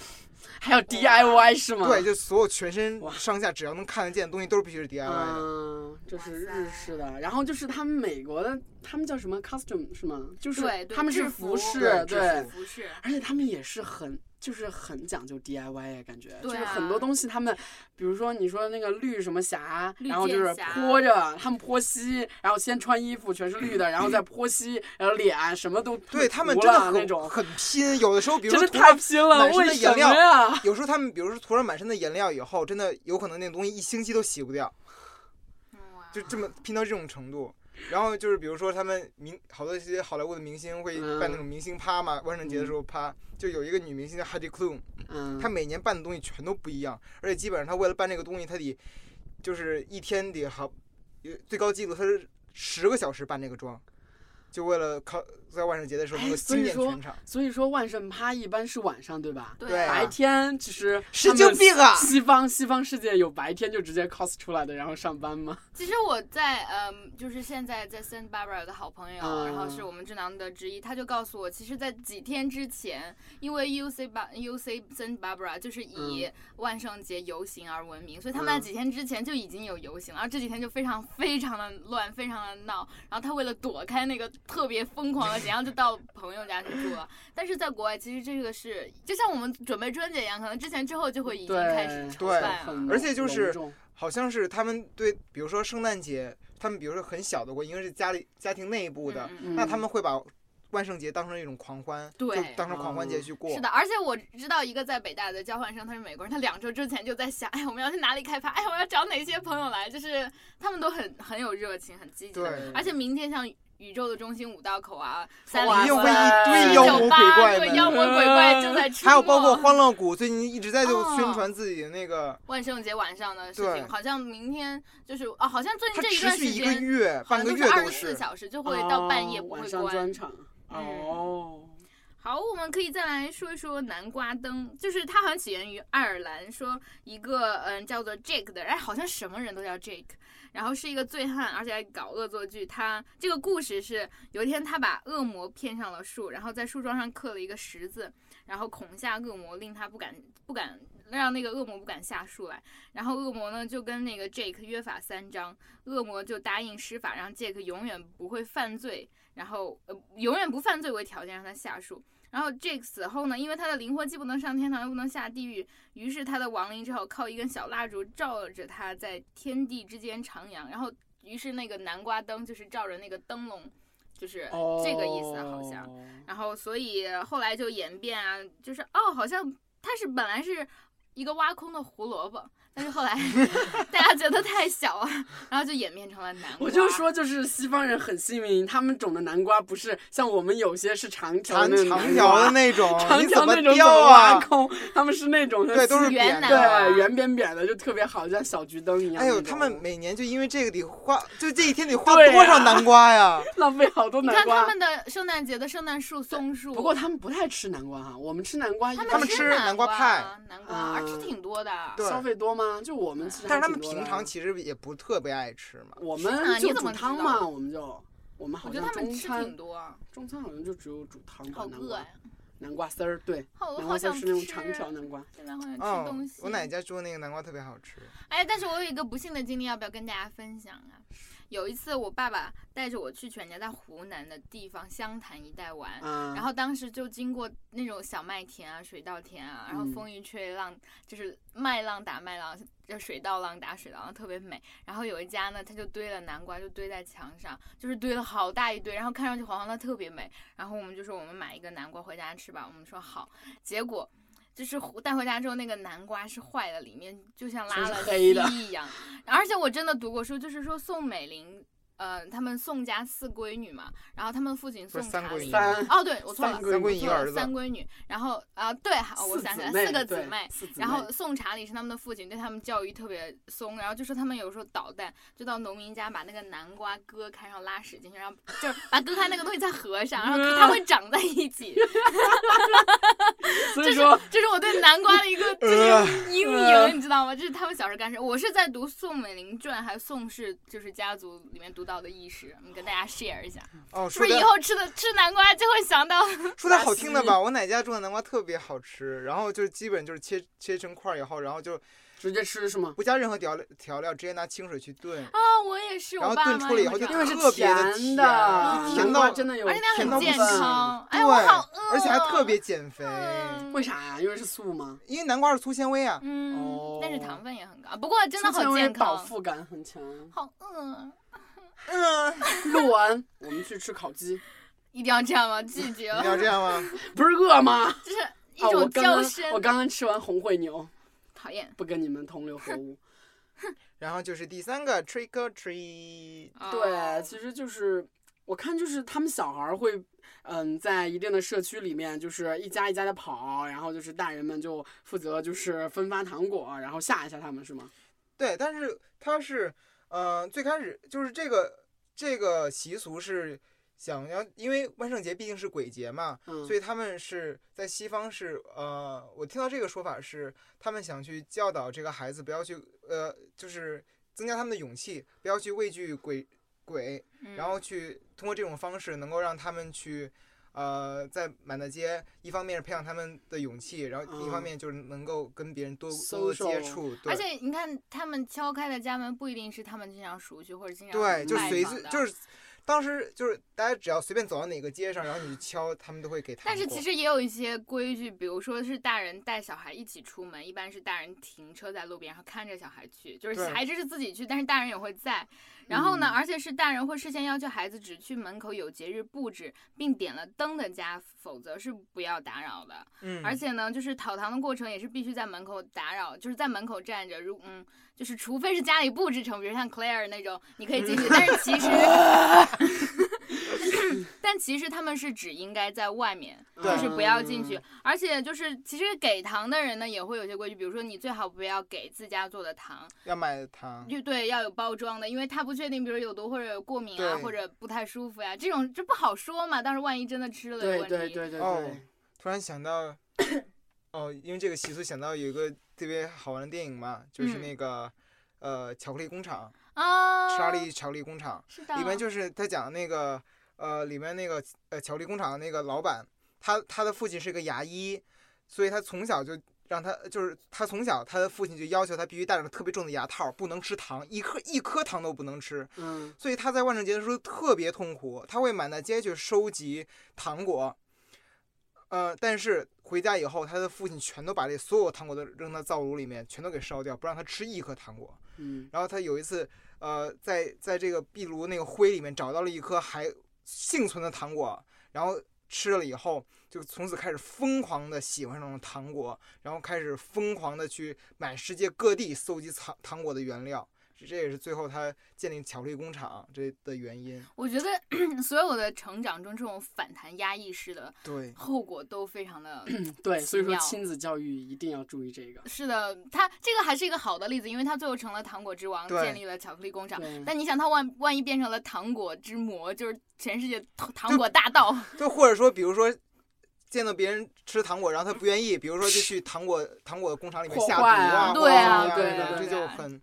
Speaker 3: 还有 DIY 是吗？
Speaker 1: 对，就所有全身
Speaker 3: 哇
Speaker 1: 上下只要能看得见的东西都是必须是 DIY 的。
Speaker 3: 嗯，这是
Speaker 2: 哇
Speaker 3: 日
Speaker 2: 塞
Speaker 3: 式的，然后就是他们美国的，他们叫什么 costume 是吗？就是
Speaker 2: 对对
Speaker 3: 他们是
Speaker 2: 制
Speaker 3: 服
Speaker 2: 服
Speaker 3: 饰，
Speaker 1: 对
Speaker 2: 制
Speaker 1: 制
Speaker 3: 对，
Speaker 2: 服饰。
Speaker 3: 而且他们也是很就是很讲究 DIY 啊，感觉、就
Speaker 2: 对
Speaker 3: 是
Speaker 2: 啊
Speaker 3: 很多东西他们，比如说你说那个绿什么霞，
Speaker 2: 绿
Speaker 3: 然后就是
Speaker 2: 箭侠
Speaker 3: 泼着，他们泼漆，然后先穿衣服全是绿的，然后再泼漆，然后脸什么都
Speaker 1: 对他们
Speaker 3: 涂
Speaker 1: 真的
Speaker 3: 了那
Speaker 1: 很
Speaker 3: 种，
Speaker 1: 很拼，有的时候比如
Speaker 3: 真
Speaker 1: 说
Speaker 3: 的
Speaker 1: 涂
Speaker 3: 太
Speaker 1: 上，
Speaker 3: 拼了，
Speaker 1: 满身
Speaker 3: 为
Speaker 1: 的
Speaker 3: 什
Speaker 1: 颜
Speaker 3: 么
Speaker 1: 料
Speaker 3: 呀？
Speaker 1: 有时候他们比如说涂上满身的颜料以后，真的有可能那东西一星期都洗不掉，
Speaker 2: 哇
Speaker 1: 就这么拼到这种程度。然后就是比如说他们明好多一些好莱坞的明星会
Speaker 3: 嗯
Speaker 1: 办那种明星趴嘛，万圣节的时候趴，就有一个女明星叫 Heidi Klum，
Speaker 3: 嗯
Speaker 1: 她，每年办的东西全都不一样，而且基本上她为了办这个东西，她得就是一天得好，呃最高记录她是十个小时办这个妆，就为了靠在万圣节的时候
Speaker 3: 哎
Speaker 1: 能够
Speaker 3: 所以
Speaker 1: 惊艳
Speaker 3: 说
Speaker 1: 全场。
Speaker 3: 所以说万圣趴一般是晚上对吧？
Speaker 1: 对啊
Speaker 3: 白天其实
Speaker 1: 神经病啊
Speaker 3: 西方西方世界有白天就直接 cos 出来的，然后上班吗？
Speaker 2: 其实我在嗯，就是现在在 San Barbara 有个好朋友，
Speaker 3: 嗯
Speaker 2: 然后是我们智囊的之一，他就告诉我，其实，在几天之前，因为 U C 巴 U C San Barbara 就是以万圣节游行而闻名，所以他们在
Speaker 3: 嗯
Speaker 2: 几天之前就已经有游行了，而这几天就非常非常的乱，非常的闹。然后他为了躲开那个特别疯狂的景象，就到朋友家去住了。但是在国外，其实这个是就像我们准备春节一样，可能之前之后就会已经开始筹
Speaker 1: 对
Speaker 2: 办了。
Speaker 3: 很
Speaker 1: 而且就是
Speaker 3: 隆重
Speaker 1: 好像是他们对，比如说圣诞节，他们比如说很小的国，因为是家里家庭内部的，
Speaker 2: 嗯嗯
Speaker 3: 嗯
Speaker 1: 那他们会把万圣节当成一种狂欢，
Speaker 2: 对
Speaker 1: 就当成狂欢节去过。
Speaker 2: 哦是的，而且我知道一个在北大的交换生，他是美国人，他两周之前就在想，哎，我们要去哪里开趴，哎，我要找哪些朋友来，就是他们都很很有热情，很积极。
Speaker 1: 对，
Speaker 2: 而且明天像宇宙的中心五道口啊，三
Speaker 3: 哇
Speaker 1: 一
Speaker 2: 零
Speaker 1: 定
Speaker 2: 九
Speaker 1: 会
Speaker 3: 塞
Speaker 1: 一堆
Speaker 3: 对
Speaker 1: 妖
Speaker 2: 九
Speaker 1: 魔
Speaker 2: 八
Speaker 1: 鬼怪
Speaker 2: 对妖
Speaker 1: 们，
Speaker 2: 魔鬼怪正在出没，
Speaker 1: 还有包括欢乐谷最近一直在就
Speaker 2: 哦
Speaker 1: 宣传自己的那个，
Speaker 2: 万圣节晚上的事
Speaker 1: 对
Speaker 2: 情，好像明天就是哦，好像最近
Speaker 1: 它
Speaker 2: 这一
Speaker 1: 持
Speaker 2: 段
Speaker 1: 续
Speaker 2: 时
Speaker 1: 一个
Speaker 2: 间
Speaker 1: 月、
Speaker 2: 好
Speaker 1: 半
Speaker 2: 像
Speaker 1: 个
Speaker 2: 都
Speaker 1: 月
Speaker 2: 是二
Speaker 1: 都
Speaker 2: 十四
Speaker 1: 是。
Speaker 2: 小时，就会到半夜
Speaker 3: 哦
Speaker 2: 不
Speaker 3: 晚
Speaker 2: 会
Speaker 3: 上
Speaker 2: 关
Speaker 3: 专。场
Speaker 2: 嗯
Speaker 3: 哦。
Speaker 2: 好，我们可以再来说一说南瓜灯，就是它好像起源于爱尔兰，说一个嗯叫做 Jake 的，哎，好像什么人都叫 Jake，然后是一个醉汉，而且还搞恶作剧。他这个故事是有一天他把恶魔骗上了树，然后在树桩上刻了一个十字，然后恐吓恶魔，令他不敢不敢让那个恶魔不敢下树来。然后恶魔呢就跟那个 Jake 约法三章，恶魔就答应施法让 Jake 永远不会犯罪，然后呃永远不犯罪为条件让他下树。然后 Jake 死后呢，因为他的灵魂既不能上天堂，又不能下地狱，于是他的亡灵只好靠一根小蜡烛照着他在天地之间徜徉。然后，于是那个南瓜灯就是照着那个灯笼，就是这个意思，好像。
Speaker 3: 哦
Speaker 2: 然后，所以后来就演变啊，就是哦，好像它是本来是一个挖空的胡萝卜，但是后来大家觉得太小啊，然后就演变成了南瓜。
Speaker 3: 我就说，就是西方人很幸运，他们种的南瓜不是像我们有些是长条的那种
Speaker 1: 长
Speaker 3: 南
Speaker 1: 条的
Speaker 3: 瓜，
Speaker 1: 那种，
Speaker 3: 长
Speaker 1: 你
Speaker 3: 条
Speaker 1: 怎
Speaker 3: 那种
Speaker 1: 雕
Speaker 3: 挖
Speaker 1: 啊？
Speaker 3: 空，他们是那种
Speaker 1: 对，都是
Speaker 3: 西
Speaker 1: 扁
Speaker 2: 圆啊南瓜
Speaker 1: 的。
Speaker 3: 对圆扁扁的，就特别好，像小桔灯一样那种。
Speaker 1: 哎呦，他们每年就因为这个得花，就这一天得花
Speaker 3: 对啊
Speaker 1: 多少南瓜 呀？
Speaker 3: 浪费好多
Speaker 2: 你
Speaker 3: 南
Speaker 2: 看他
Speaker 3: 瓜。
Speaker 2: 们的圣诞节的圣诞树松树，
Speaker 3: 不过他们不太吃南瓜哈，我们吃南瓜一般，
Speaker 1: 他们吃南
Speaker 2: 南
Speaker 1: 瓜派
Speaker 2: 啊，南瓜，而吃
Speaker 3: 嗯
Speaker 2: 挺多的。
Speaker 1: 对
Speaker 3: 消费多吗？就我们其实
Speaker 1: 但是
Speaker 3: 还
Speaker 1: 他们
Speaker 3: 挺多的啊
Speaker 1: 平常其实也不特别爱吃嘛。
Speaker 3: 我
Speaker 2: 是吗
Speaker 3: 们
Speaker 2: 你
Speaker 3: 就
Speaker 2: 怎
Speaker 3: 煮
Speaker 2: 么知
Speaker 3: 汤
Speaker 2: 道
Speaker 3: 嘛，我们就我们
Speaker 2: 我
Speaker 3: 好
Speaker 2: 觉得
Speaker 3: 像
Speaker 2: 他们
Speaker 3: 中
Speaker 2: 吃
Speaker 3: 餐
Speaker 2: 挺多啊，
Speaker 3: 中餐好像就只有煮汤吧，
Speaker 2: 好
Speaker 3: 南
Speaker 2: 饿
Speaker 3: 瓜
Speaker 2: 呀！
Speaker 3: 南瓜丝儿对，
Speaker 2: 好，我
Speaker 3: 南
Speaker 2: 好
Speaker 3: 瓜丝儿
Speaker 2: 想吃。
Speaker 3: 是那种长条哦南瓜。
Speaker 2: 现在好想吃东
Speaker 1: 嗯
Speaker 2: 西。，
Speaker 1: 我奶家做那个南瓜特别好吃。
Speaker 2: 哎，但是我有一个不幸的经历，要不要跟大家分享啊？有一次，我爸爸带着我去全家在湖南的地方湘潭一带玩，
Speaker 3: 啊，
Speaker 2: 哎然后当时就经过那种小麦田啊、水稻田啊，然后
Speaker 3: 嗯
Speaker 2: 风一吹浪，就是麦浪打麦浪，就水稻浪打水稻浪，特别美。然后有一家呢，他就堆了南瓜，就堆在墙上，就是堆了好大一堆，然后看上去黄黄的，特别美。然后我们就说我们买一个南瓜回家吃吧，我们说好。结果就是回带回家之后，那个南瓜是坏的，里面就像拉
Speaker 3: 全是
Speaker 2: 了
Speaker 3: 黑的
Speaker 2: 漆一样。而且我真的读过书，就是说宋美龄。呃，他们宋家四闺女嘛，然后他们父亲
Speaker 1: 不
Speaker 2: 宋
Speaker 1: 是三
Speaker 2: 茶
Speaker 1: 闺女
Speaker 2: 是
Speaker 3: 三
Speaker 2: 哦，对，我错了，
Speaker 3: 三闺
Speaker 2: 我
Speaker 1: 女一
Speaker 2: 错
Speaker 1: 个
Speaker 2: 了
Speaker 1: 儿子
Speaker 2: 三闺女，然后啊，对，好我
Speaker 3: 四
Speaker 2: 想起来，
Speaker 3: 姊妹
Speaker 2: 四个
Speaker 3: 对
Speaker 2: 姊妹。
Speaker 3: 四姊妹
Speaker 2: 然后宋查理是他们的父亲，对他们教育特别松，然后就说他们有时候捣蛋，就到农民家把那个南瓜割开，然后拉屎进去，然后就是把割开那个东西再合 上，然后它会长在一起。
Speaker 3: 所
Speaker 2: 这
Speaker 3: 以
Speaker 2: 是
Speaker 3: 说呃
Speaker 2: 这是我对南瓜的 一个就是阴影，你知道吗？这是他们小时候干事。我是在读《宋美龄传》还《宋氏》就是家族里面读到的轶事，我们跟大家 share 一下，
Speaker 1: 哦，
Speaker 2: 是
Speaker 1: 说
Speaker 2: 不是以
Speaker 1: 的
Speaker 2: 后吃的吃南瓜就会想到？
Speaker 1: 说点好听的 吧，我奶家种的南瓜特别好吃，然后就是基本就是切切成块儿以后，然后就
Speaker 3: 直接吃 是吗？
Speaker 1: 不加任何调料调料，直接拿清水去炖，
Speaker 2: 啊，我也是，
Speaker 1: 然
Speaker 2: 我
Speaker 1: 后
Speaker 2: 爸
Speaker 1: 炖
Speaker 2: 妈
Speaker 1: 出来以
Speaker 2: 也
Speaker 1: 后
Speaker 2: 会
Speaker 1: 就
Speaker 2: 这样
Speaker 3: 因为是
Speaker 1: 特别的
Speaker 3: 甜
Speaker 1: 甜
Speaker 3: 的，
Speaker 1: 甜
Speaker 3: 南
Speaker 1: 到
Speaker 3: 瓜真的有
Speaker 2: 而且
Speaker 1: 甜
Speaker 2: 它
Speaker 1: 到
Speaker 2: 很
Speaker 1: 不
Speaker 2: 健
Speaker 1: 行
Speaker 2: 康。
Speaker 1: 对
Speaker 2: 哎，我好饿、
Speaker 1: 而且还特别减肥，
Speaker 2: 嗯
Speaker 3: 为啥呀？因为是素吗？
Speaker 1: 因为南瓜是粗纤维啊。
Speaker 2: 嗯，但是
Speaker 3: 哦
Speaker 2: 糖分也很高，不过真的
Speaker 3: 粗纤
Speaker 2: 好
Speaker 3: 维
Speaker 2: 健
Speaker 3: 饱
Speaker 2: 康。
Speaker 3: 腹感很强。
Speaker 2: 好饿，
Speaker 1: 嗯，
Speaker 3: 录完我们去吃烤鸡，
Speaker 2: 一定要这样吗？拒绝，哦
Speaker 1: 你要这样吗？
Speaker 3: 不是饿吗？
Speaker 2: 就是 一
Speaker 3: 啊，我
Speaker 2: 种
Speaker 3: 刚
Speaker 2: 叫
Speaker 3: 刚
Speaker 2: 声。
Speaker 3: 我刚刚吃完红烩牛，
Speaker 2: 讨厌。
Speaker 3: 不跟你们同流合污。
Speaker 1: 然后就是第三个 trick or treat，
Speaker 2: 哦
Speaker 3: 对，其实就是我看就是他们小孩儿会，嗯，在一定的社区里面，就是一家一家的跑，然后就是大人们就负责就是分发糖果，然后吓一吓他们是吗？
Speaker 1: 对，但是它是，呃，最开始就是这个这个习俗是想要，因为万圣节毕竟是鬼节嘛，
Speaker 3: 嗯
Speaker 1: 所以他们是在西方是呃，我听到这个说法是，他们想去教导这个孩子不要去呃，就是增加他们的勇气，不要去畏惧鬼鬼，
Speaker 2: 嗯
Speaker 1: 然后去通过这种方式能够让他们去。呃，在满大街，一方面是培养他们的勇气，然后一方
Speaker 3: 嗯
Speaker 1: 面就是能够跟别人多多接
Speaker 3: Social
Speaker 1: 触，对
Speaker 2: 而且你看，他们敲开的家门不一定是他们经常熟悉或者经常
Speaker 1: 对，就
Speaker 2: 拜
Speaker 1: 随
Speaker 2: 访
Speaker 1: 随
Speaker 2: 的
Speaker 1: 就是，当时就是大家只要随便走到哪个街上，然后你去敲，他们都会给糖果。
Speaker 2: 但是其实也有一些规矩，比如说是大人带小孩一起出门，一般是大人停车在路边，然后看着小孩去，就是
Speaker 1: 对
Speaker 2: 孩子是自己去，但是大人也会在。然后呢，
Speaker 3: 嗯
Speaker 2: 而且是大人会事先要求孩子只去门口有节日布置并点了灯的家，否则是不要打扰的。
Speaker 1: 嗯，
Speaker 2: 而且呢，就是讨糖的过程也是必须在门口打扰，就是在门口站着。如嗯，就是除非是家里布置成，比如像 Claire 那种，你可以进去，但是其实，但其实他们是只应该在外面，
Speaker 1: 对
Speaker 2: 就是不要进去。
Speaker 1: 嗯
Speaker 2: 而且就是，其实给糖的人呢也会有些规矩，比如说你最好不要给自家做的糖，
Speaker 1: 要买糖，
Speaker 2: 就对要有包装的，因为他不确定，比如有毒或者有过敏啊，
Speaker 1: 对
Speaker 2: 或者不太舒服呀、这种这不好说嘛。但是万一真的吃了有
Speaker 3: 对
Speaker 2: 问题，
Speaker 3: 对对对对
Speaker 1: 哦
Speaker 3: 对，
Speaker 1: 突然想到，哦，因为这个习俗想到有一个特别好玩的电影嘛，就是
Speaker 2: 嗯
Speaker 1: 那个、呃《巧克力工厂
Speaker 2: 啊，》，
Speaker 1: 莎莉巧克力工厂
Speaker 2: 是的，
Speaker 1: 里面就是他讲那个呃里面那个呃巧克力工厂那个老板，他他的父亲是个牙医，所以他从小就。让他就是他从小，他的父亲就要求他必须戴上特别重的牙套，不能吃糖，一颗一颗糖都不能吃。
Speaker 3: 嗯
Speaker 1: 所以他在万圣节的时候特别痛苦，他会满大街去收集糖果，呃，但是回家以后，他的父亲全都把这所有糖果都扔到灶炉里面，全都给烧掉，不让他吃一颗糖果。
Speaker 3: 嗯
Speaker 1: 然后他有一次，呃，在在这个壁炉那个灰里面找到了一颗还幸存的糖果，然后吃了以后，就从此开始疯狂的喜欢上了糖果，然后开始疯狂的去满世界各地搜集糖糖果的原料。这这也是最后他建立巧克力工厂这的原因。
Speaker 2: 我觉得 所有的成长中这种反弹压抑式的
Speaker 1: 对，
Speaker 2: 后果都非常的。
Speaker 3: 对，所以说
Speaker 2: 妙
Speaker 3: 亲子教育一定要注意这个。
Speaker 2: 是的，他这个还是一个好的例子，因为他最后成了糖果之王，
Speaker 1: 对
Speaker 2: 建立了巧克力工厂。
Speaker 3: 对，
Speaker 2: 但你想，他万万一变成了糖果之魔，就是全世界糖糖果大盗，
Speaker 1: 就或者说，比如说。见到别人吃糖果，然后他不愿意，比如说就去糖果糖果工厂里面
Speaker 3: 火
Speaker 1: 下毒
Speaker 3: 化啊
Speaker 1: 啊，或者
Speaker 2: 对
Speaker 1: 怎
Speaker 2: 啊
Speaker 1: 么样
Speaker 2: 对
Speaker 1: 的
Speaker 2: 啊
Speaker 1: 这
Speaker 2: 对
Speaker 1: 就
Speaker 2: 啊
Speaker 1: 很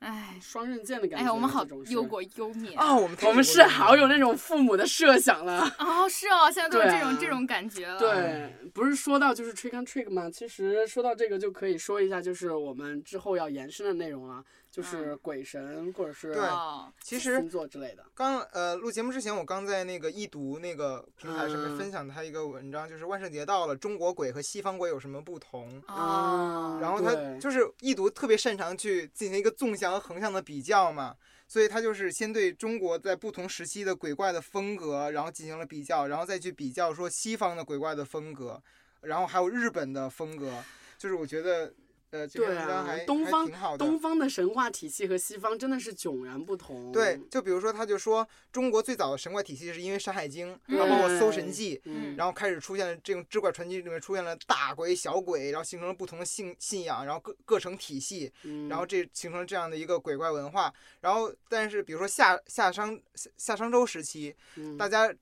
Speaker 2: 哎，
Speaker 3: 双刃剑的感
Speaker 2: 哎
Speaker 3: 觉。啊
Speaker 2: 呀，我们好
Speaker 3: 这种事
Speaker 2: 忧国忧民
Speaker 1: 啊，我们太
Speaker 3: 我们
Speaker 1: 有
Speaker 3: 是
Speaker 1: 共鸣
Speaker 3: 好
Speaker 1: 了
Speaker 3: 有那种父母的设想了。
Speaker 2: 哦，是哦，现在都是
Speaker 3: 对
Speaker 2: 这种、
Speaker 3: 啊
Speaker 2: 这种感觉了。
Speaker 3: 对，不是说到就是 trick on trick 吗？其实说到这个就可以说一下，就是我们之后要延伸的内容了，就是
Speaker 2: 嗯
Speaker 3: 鬼神或者是
Speaker 1: 对
Speaker 2: 哦，
Speaker 1: 其实
Speaker 3: 星座之类的。
Speaker 1: 刚呃录节目之前，我刚在那个易读那个平台上面
Speaker 3: 嗯
Speaker 1: 分享他一个文章，就是万圣节到了，中国鬼和西方鬼有什么不同？
Speaker 3: 嗯
Speaker 2: 哦，
Speaker 1: 然后他
Speaker 3: 对
Speaker 1: 就是易读特别擅长去进行一个纵向和横向的比较嘛，所以他就是先对中国在不同时期的鬼怪的风格，然后进行了比较，然后再去比较说西方的鬼怪的风格，然后还有日本的风格，就是我觉得呃这篇文
Speaker 3: 对
Speaker 1: 章
Speaker 3: 啊
Speaker 1: 还、
Speaker 3: 东
Speaker 1: 还
Speaker 3: 方
Speaker 1: 挺好的。
Speaker 3: 东方的神话体系和西方真的是迥然不同。
Speaker 1: 对，就比如说，他就说中国最早的神怪体系是因为《山海经》，
Speaker 2: 嗯
Speaker 1: 然后包括《搜神记》，
Speaker 3: 嗯，
Speaker 1: 然后开始出现了这种志怪传奇里面出现了大鬼、小鬼，然后形成了不同的信信仰，然后各各成体系，
Speaker 3: 嗯，
Speaker 1: 然后这形成了这样的一个鬼怪文化。然后，但是比如说夏夏商夏夏商周时期，
Speaker 3: 嗯
Speaker 1: 大家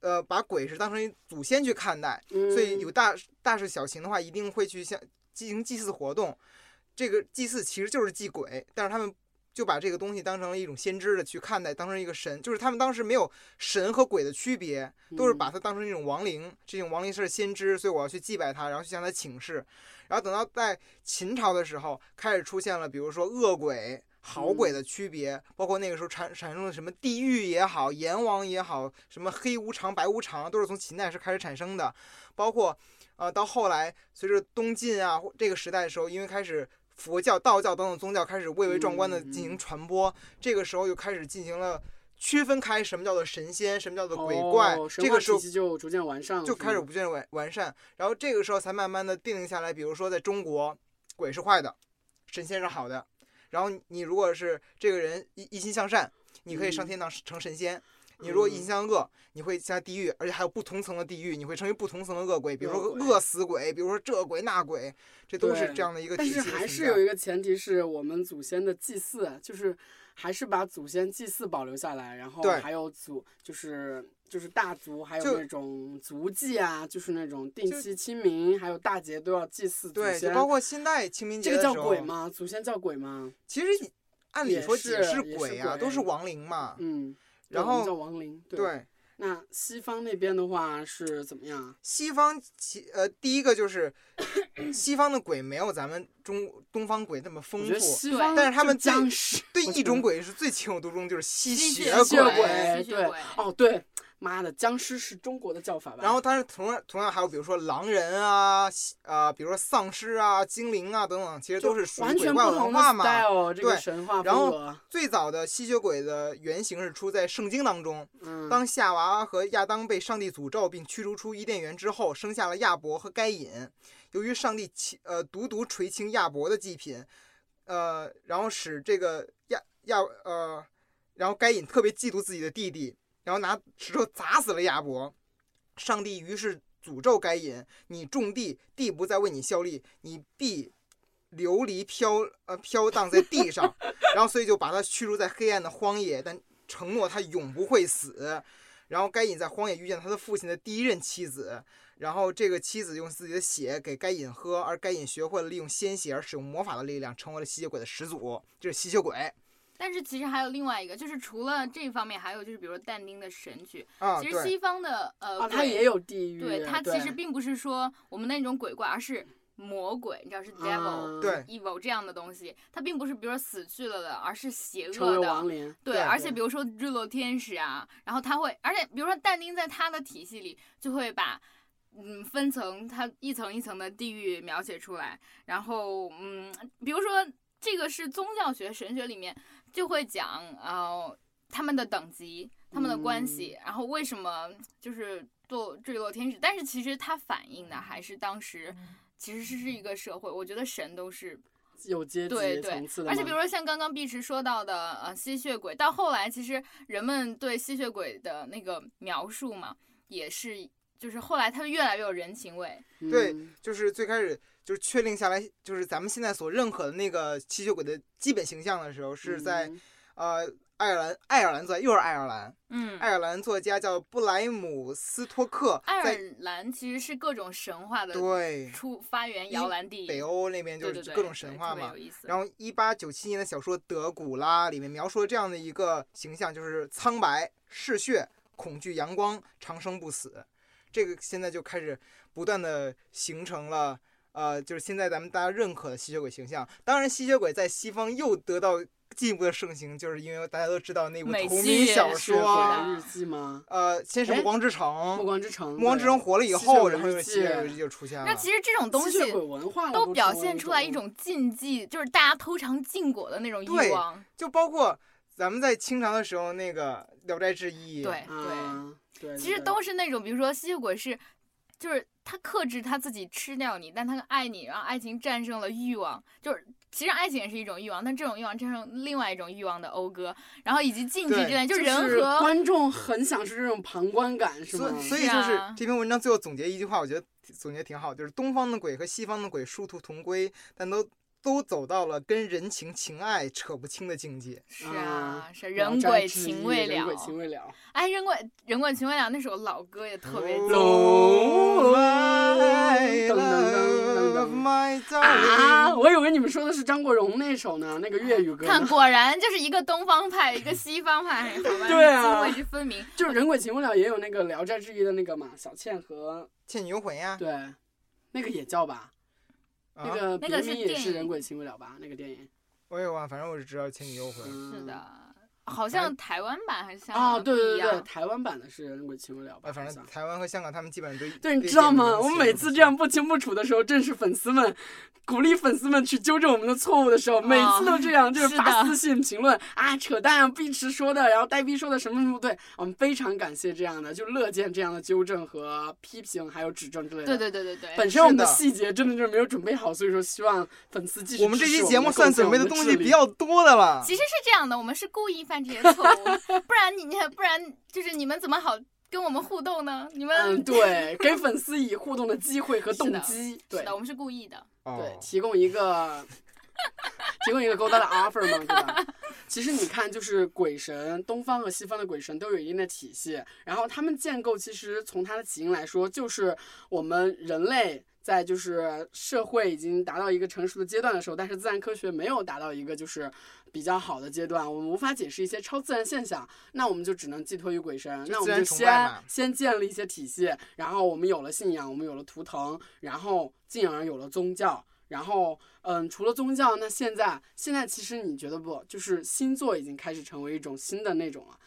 Speaker 1: 呃把鬼是当成祖先去看待，
Speaker 3: 嗯
Speaker 1: 所以有大大事小情的话，一定会去像进行祭祀活动。这个祭祀其实就是祭鬼，但是他们就把这个东西当成了一种先知的去看待，当成一个神，就是他们当时没有神和鬼的区别，都是把它当成一种亡灵，这种亡灵是先知，所以我要去祭拜他，然后去向他请示。然后等到在秦朝的时候，开始出现了比如说恶鬼。好鬼的区别，包括那个时候产产生了什么地狱也好，阎王也好，什么黑无常、白无常，都是从秦代是开始产生的。包括呃，到后来随着东晋啊或这个时代的时候，因为开始佛教、道教等等宗教开始蔚为壮观的进行
Speaker 3: 嗯
Speaker 1: 传播，这个时候又开始进行了区分开什么叫做神仙，什么叫做鬼怪，
Speaker 3: 哦、神
Speaker 1: 这
Speaker 3: 话
Speaker 1: 个时候
Speaker 3: 体系就逐渐完善了，嗯
Speaker 1: 就是开始
Speaker 3: 吗
Speaker 1: 不断完完善，然后这个时候才慢慢的定下来，比如说在中国，鬼是坏的，神仙是好的，然后你你如果是这个人一一心向善，你可以上
Speaker 3: 嗯
Speaker 1: 天堂成神仙。你如果一心
Speaker 3: 嗯
Speaker 1: 向恶，你会下地狱，而且还有不同层的地狱，你会成为不同层的恶鬼，比如说
Speaker 3: 恶鬼
Speaker 1: 饿死鬼，比如说这鬼那鬼，这都是
Speaker 3: 对
Speaker 1: 这样的一个体
Speaker 3: 但
Speaker 1: 系
Speaker 3: 是
Speaker 1: 的
Speaker 3: 还
Speaker 1: 存
Speaker 3: 是
Speaker 1: 在
Speaker 3: 有一个前提是我们祖先的祭祀，就是还是把祖先祭祀保留下来，然后
Speaker 1: 对
Speaker 3: 还有祖就是就是大族，还有
Speaker 1: 就
Speaker 3: 那种族祭啊，就是那种定
Speaker 1: 就
Speaker 3: 期清明，还有大节都要祭祀祖
Speaker 1: 对，就
Speaker 3: 先。
Speaker 1: 包括现代清明
Speaker 3: 这
Speaker 1: 节的
Speaker 3: 个
Speaker 1: 时候，
Speaker 3: 叫鬼吗？祖先叫鬼吗？
Speaker 1: 其实以按理
Speaker 3: 也
Speaker 1: 说
Speaker 3: 是
Speaker 1: 解释
Speaker 3: 也是
Speaker 1: 鬼啊，
Speaker 3: 鬼
Speaker 1: 都是亡灵嘛。
Speaker 3: 嗯，对
Speaker 1: 然
Speaker 3: 我们
Speaker 1: 后
Speaker 3: 叫亡灵。对，
Speaker 1: 对，
Speaker 3: 那西方那边的话是怎么样啊？
Speaker 1: 西方其呃第一个就是西方的鬼没有咱们中东方鬼那么
Speaker 3: 我
Speaker 1: 丰
Speaker 3: 觉得
Speaker 1: 富，
Speaker 3: 西
Speaker 2: 对
Speaker 3: 方
Speaker 1: 但是他
Speaker 3: 就
Speaker 1: 们最
Speaker 3: 僵尸
Speaker 1: 对
Speaker 3: 我
Speaker 1: 一
Speaker 3: 觉
Speaker 1: 种
Speaker 3: 得
Speaker 1: 鬼是最情有独钟，就是吸
Speaker 2: 吸血
Speaker 1: 血
Speaker 2: 鬼鬼
Speaker 3: 吸血
Speaker 2: 吸血
Speaker 3: 对
Speaker 2: 鬼，
Speaker 3: 哦对，妈的，僵尸是中国的叫法吧？
Speaker 1: 然后，但是同样同样还有，比如说狼人啊，西呃，比如说丧尸啊、精灵啊等等，其实
Speaker 3: 就
Speaker 1: 都是属于
Speaker 3: 完
Speaker 1: 鬼
Speaker 3: 全
Speaker 1: 怪
Speaker 3: 不同
Speaker 1: 文
Speaker 3: 的
Speaker 1: 化嘛。
Speaker 3: style，这个
Speaker 1: 对
Speaker 3: 神话
Speaker 1: 然
Speaker 3: 风
Speaker 1: 后
Speaker 3: 格
Speaker 1: 最早的吸血鬼的原型是出在圣经当中，
Speaker 3: 嗯，
Speaker 1: 当夏娃和亚当被上帝诅咒并驱逐出伊甸园之后，生下了亚伯和该隐。由于上帝其呃独独垂青亚伯的祭品，呃，然后使这个亚亚呃，然后该隐特别嫉妒自己的弟弟，然后拿石头砸死了亚伯。上帝于是诅咒该隐：“你种地，地不再为你效力，你必流离飘呃飘荡在地上。”然后所以就把他驱逐在黑暗的荒野，但承诺他永不会死。然后该隐在荒野遇见他的父亲的第一任妻子，然后这个妻子用自己的血给该隐喝，而该隐学会了利用鲜血而使用魔法的力量，成为了吸血鬼的始祖。这是吸血鬼
Speaker 2: 但是其实还有另外一个，就是除了这方面，还有就是比如说但丁的神曲，
Speaker 1: 啊，
Speaker 2: 其实
Speaker 1: 对，
Speaker 2: 西方的呃，
Speaker 3: 啊，它
Speaker 2: 鬼
Speaker 3: 也有地狱，
Speaker 2: 对它
Speaker 3: 它
Speaker 2: 其实并不是说我们那种鬼怪，而是魔鬼，你知道是 devil、
Speaker 3: 嗯
Speaker 1: 对
Speaker 2: evil 这样的东西，它并不是比如说死去了的，而是邪
Speaker 3: 成为
Speaker 2: 恶
Speaker 3: 亡
Speaker 2: 的。
Speaker 3: 灵，
Speaker 2: 对，
Speaker 1: 对
Speaker 2: 而且
Speaker 1: 对
Speaker 2: 比如说日落天使啊，然后他会，而且比如说但丁在他的体系里就会把。嗯，分层，它一层一层的地狱描写出来，然后嗯，比如说这个是宗教学、神学里面就会讲呃他们的等级、他们的关系，然后为什么就是做坠落天使，但是其实它反映的还是当时其实是是一个社会，我觉得神都是
Speaker 3: 有阶
Speaker 2: 对
Speaker 3: 级
Speaker 2: 对
Speaker 3: 层次，的嘛，
Speaker 2: 而且比如说像刚刚碧池说到的呃吸血鬼，到后来其实人们对吸血鬼的那个描述嘛，也是就是后来它越来越有人情味，
Speaker 3: 嗯
Speaker 1: 对就是最开始就是确定下来，就是咱们现在所认可的那个吸血鬼的基本形象的时候，是在、
Speaker 3: 嗯
Speaker 1: 呃爱尔兰，爱尔兰作家又是爱尔兰，
Speaker 2: 嗯。
Speaker 1: 爱尔兰作家叫布莱姆斯托克，
Speaker 2: 爱
Speaker 1: 在
Speaker 2: 尔兰其实是各种神话的
Speaker 1: 对
Speaker 2: 出发源摇篮地，
Speaker 1: 北欧那边
Speaker 2: 对
Speaker 1: 就
Speaker 2: 对
Speaker 1: 是
Speaker 2: 对，
Speaker 1: 各种
Speaker 2: 对
Speaker 1: 神话
Speaker 2: 特别
Speaker 1: 嘛
Speaker 2: 有。意思。
Speaker 1: 然后，一八九七年的小说《德古拉》里面描述了这样的一个形象，就是苍白、嗜血、恐惧阳光、长生不死。这个现在就开始不断的形成了，呃，就是现在咱们大家认可的吸血鬼形象。当然，吸血鬼在西方又得到进一步的盛行，就是因为大家都知道那部
Speaker 2: 美
Speaker 1: 同
Speaker 2: 剧
Speaker 1: 名小
Speaker 3: 血鬼
Speaker 1: 说，
Speaker 3: 的日记吗？
Speaker 1: 呃，先是《
Speaker 3: 哎
Speaker 1: 暮光之城》，
Speaker 3: 暮光之城，
Speaker 1: 《暮光之城》
Speaker 3: 对
Speaker 1: 火了以
Speaker 3: 吸血鬼
Speaker 1: 后，然后
Speaker 3: 日
Speaker 1: 就
Speaker 3: 记
Speaker 1: 吸血鬼日记就出现了。
Speaker 2: 那其实这种东
Speaker 3: 吸
Speaker 2: 西
Speaker 3: 血鬼文化
Speaker 2: 都
Speaker 3: 不
Speaker 2: 表
Speaker 3: 成为
Speaker 2: 现出来一种禁忌，就是大家偷尝禁果的那种欲
Speaker 1: 对
Speaker 2: 望。
Speaker 1: 就包括咱们在清朝的时候，那个《聊斋志异》，
Speaker 2: 对对，
Speaker 3: 啊对，
Speaker 2: 其实
Speaker 3: 对
Speaker 2: 都是那种，比如说吸血鬼是，就是他克制他自己吃掉你，但他爱你，然后爱情战胜了欲望，就是。其实爱情也是一种欲望，但这种欲望战胜另外一种欲望的讴歌，然后以及禁忌
Speaker 1: 对
Speaker 2: 之恋，
Speaker 3: 就是
Speaker 2: 人和
Speaker 3: 观众很享受这种旁观感，是
Speaker 1: 所
Speaker 3: 吗
Speaker 1: 以？所以
Speaker 2: 是
Speaker 1: 就是
Speaker 2: 啊
Speaker 1: 这篇文章最后总结一句话，我觉得总结挺好，就是东方的鬼和西方的鬼殊途同归，但都都走到了跟人情情爱扯不清的境界。
Speaker 2: 是
Speaker 3: 啊
Speaker 2: 啊是
Speaker 3: 聊
Speaker 2: 人
Speaker 3: 斋
Speaker 2: 鬼
Speaker 3: 志
Speaker 2: 情
Speaker 3: 异
Speaker 2: 未
Speaker 3: 人鬼
Speaker 2: 了，
Speaker 3: 情未了。
Speaker 2: 哎，人鬼人鬼情未了那首老歌也特
Speaker 3: 嗯
Speaker 2: 别
Speaker 1: 哦 My
Speaker 3: 龙哦噔噔噔噔噔
Speaker 1: love, my
Speaker 3: 啊！
Speaker 1: darling，
Speaker 3: 我以为你们说的是张国荣那首呢，那个粤语歌呢。
Speaker 2: 看，果然就是一个东方派，一个西方派，好吧？
Speaker 3: 对啊
Speaker 2: 泾渭之分明。
Speaker 3: 就是《人鬼情未了》也有那个《聊斋志异》的那个嘛，小倩和
Speaker 1: 倩女幽魂呀，
Speaker 3: 对，那个也叫吧，
Speaker 1: 啊
Speaker 3: 那，个
Speaker 2: 那
Speaker 3: 别
Speaker 2: 个是
Speaker 3: 名也
Speaker 2: 电
Speaker 3: 是《人
Speaker 2: 影
Speaker 3: 鬼情未了》吧？那个电影。
Speaker 1: 我也忘了，反正我只知道倩女幽魂。
Speaker 2: 是
Speaker 3: 嗯。
Speaker 2: 的，好像台湾版还是香港
Speaker 3: 啊，
Speaker 2: 版
Speaker 3: 对
Speaker 2: 不一
Speaker 3: 对对，
Speaker 2: 样。
Speaker 3: 台湾版的是《人鬼情未了》吧？
Speaker 1: 啊，反
Speaker 3: 好
Speaker 1: 正
Speaker 3: 像
Speaker 1: 台湾和香港他们基本上都
Speaker 3: 对，你
Speaker 1: 都
Speaker 3: 知道
Speaker 1: 也没
Speaker 3: 吗？
Speaker 1: 有
Speaker 3: 我
Speaker 1: 写
Speaker 3: 每
Speaker 1: 过
Speaker 3: 次这样不清不楚的时候，正是粉丝们鼓励粉丝们去纠正我们的错误的时候，每次都这样，就是是发
Speaker 2: 哦的
Speaker 3: 私信评论啊，扯淡啊，碧池说的，然后呆逼说的什么什么不对，我们非常感谢这样的，就乐见这样的纠正和批评，还有指正之类的。
Speaker 2: 对对对对对，
Speaker 3: 本身我们
Speaker 1: 哎是的
Speaker 3: 的细节真的就是没有准备好，所以说希望粉丝继续
Speaker 1: 我们这
Speaker 3: 支持
Speaker 1: 期
Speaker 3: 我
Speaker 1: 节目
Speaker 3: 们
Speaker 1: 算
Speaker 3: 贡献
Speaker 1: 准备
Speaker 3: 我
Speaker 1: 的
Speaker 3: 们
Speaker 1: 东
Speaker 3: 智
Speaker 1: 西
Speaker 3: 力
Speaker 1: 比较多的
Speaker 3: 啊
Speaker 1: 了。
Speaker 2: 其实是这样的，我们是故意犯这些错误，不然你你不然就是你们怎么好跟我们互动呢？你们、
Speaker 3: 嗯，对，给粉丝以互动的机会和动机，对
Speaker 2: 是的，我们是故意的。
Speaker 1: 哦
Speaker 3: 对，提供一个提供一个勾搭的 offer 嘛，对吧？其实你看，就是鬼神，东方和西方的鬼神都有一定的体系，然后他们建构其实从它的起因来说，就是我们人类在就是社会已经达到一个成熟的阶段的时候，但是自然科学没有达到一个就是比较好的阶段，我们无法解释一些超自然现象，那我们就只能寄托于鬼神，
Speaker 1: 就
Speaker 3: 那我
Speaker 1: 自
Speaker 3: 们
Speaker 1: 然
Speaker 3: 就
Speaker 1: 崇拜
Speaker 3: 先
Speaker 1: 嘛
Speaker 3: 先建立一些体系，然后我们有了信仰，我们有了图腾，然后进而有了宗教。然后，嗯，除了宗教，那现在现在其实你觉得不，就是星座已经开始成为一种新的那种了，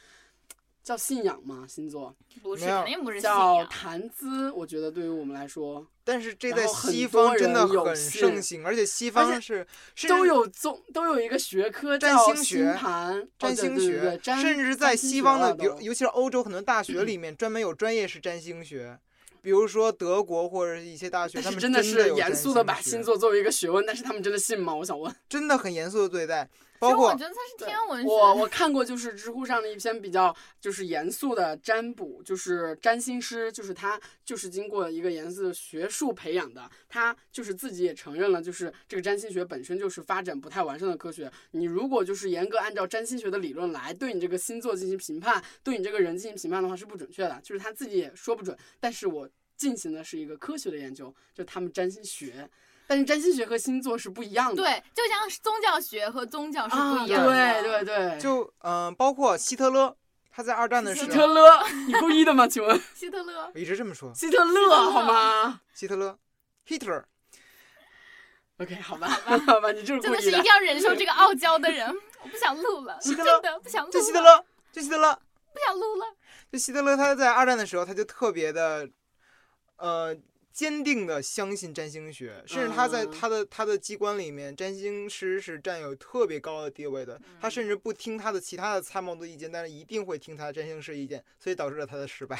Speaker 3: 叫信仰吗？星座
Speaker 2: 不是，
Speaker 1: 没有
Speaker 2: 肯定不是信
Speaker 3: 叫
Speaker 2: 仰。
Speaker 3: 谈资，我觉得对于我们来说
Speaker 1: 但是这
Speaker 3: 然
Speaker 1: 在
Speaker 3: 后很
Speaker 1: 西
Speaker 3: 多
Speaker 1: 方真的
Speaker 3: 人有
Speaker 1: 很
Speaker 3: 信
Speaker 1: 盛行，而且西
Speaker 3: 而
Speaker 1: 方
Speaker 3: 且
Speaker 1: 是甚
Speaker 3: 都
Speaker 1: 至
Speaker 3: 有宗都有一个学科
Speaker 1: 占
Speaker 3: 叫
Speaker 1: 星
Speaker 3: 星
Speaker 1: 学
Speaker 3: 盘、哦
Speaker 1: 占
Speaker 3: 对
Speaker 1: 星
Speaker 3: 对对
Speaker 1: 学
Speaker 3: 对，占
Speaker 1: 甚至
Speaker 3: 占
Speaker 1: 在
Speaker 3: 星
Speaker 1: 西
Speaker 3: 学
Speaker 1: 方
Speaker 3: 了
Speaker 1: 的，比如
Speaker 3: 都
Speaker 1: 尤其是欧洲很多大学里面专门有专业是占星学，比如说德国或者是一些大学，
Speaker 3: 但
Speaker 1: 他
Speaker 3: 是
Speaker 1: 们
Speaker 3: 真的是
Speaker 1: 有
Speaker 3: 严
Speaker 1: 占
Speaker 3: 肃的
Speaker 1: 星
Speaker 3: 把
Speaker 1: 学
Speaker 3: 星座作为一个学问，但是他们真的信吗？我想问。
Speaker 1: 真的很严肃的对待，
Speaker 2: 其
Speaker 1: 包
Speaker 2: 实我
Speaker 1: 括
Speaker 2: 觉得它是
Speaker 3: 对
Speaker 2: 天文学，
Speaker 3: 我我看过，就是知乎上的一篇比较就是严肃的占卜，就是占星师，就是他就是经过一个严肃的学术培养的，他就是自己也承认了，就是这个占星学本身就是发展不太完善的科学。你如果就是严格按照占星学的理论来对你这个星座进行评判，对你这个人进行评判的话是不准确的，就是他自己也说不准。但是我进行的是一个科学的研究，就他们占星学，但是占星学和星座是不一样的。
Speaker 2: 对，就像是宗教学和宗教是
Speaker 3: 啊，
Speaker 2: 不一样的。
Speaker 3: 对对对，
Speaker 1: 就嗯、呃包括希特勒，他在二战的
Speaker 2: 希
Speaker 1: 时
Speaker 3: 希
Speaker 2: 是
Speaker 3: 特
Speaker 1: 候，
Speaker 3: 勒，你故意的吗？请问
Speaker 2: 希特勒
Speaker 1: 我一直这么说，
Speaker 3: 希特勒好吗
Speaker 1: 希特勒，Hitler，
Speaker 3: ？OK，好吧， 好吧，你就是
Speaker 2: 真
Speaker 3: 故
Speaker 2: 的是
Speaker 3: 意
Speaker 2: 一定要忍受这个傲娇的 人，我不想录了，
Speaker 1: 希特
Speaker 2: 真的不想录
Speaker 1: 就
Speaker 2: 了，
Speaker 1: 希特勒，就希特勒，
Speaker 2: 不想录了。
Speaker 1: 就希特勒他在二战的时候，他就特别的，呃，坚定的相信占星学，甚至他在
Speaker 3: 嗯
Speaker 1: 他的他的机关里面，占星师是占有特别高的地位的。他甚至不听他的其他的参谋的意见，但是一定会听他的占星师意见，所以导致了他的失败。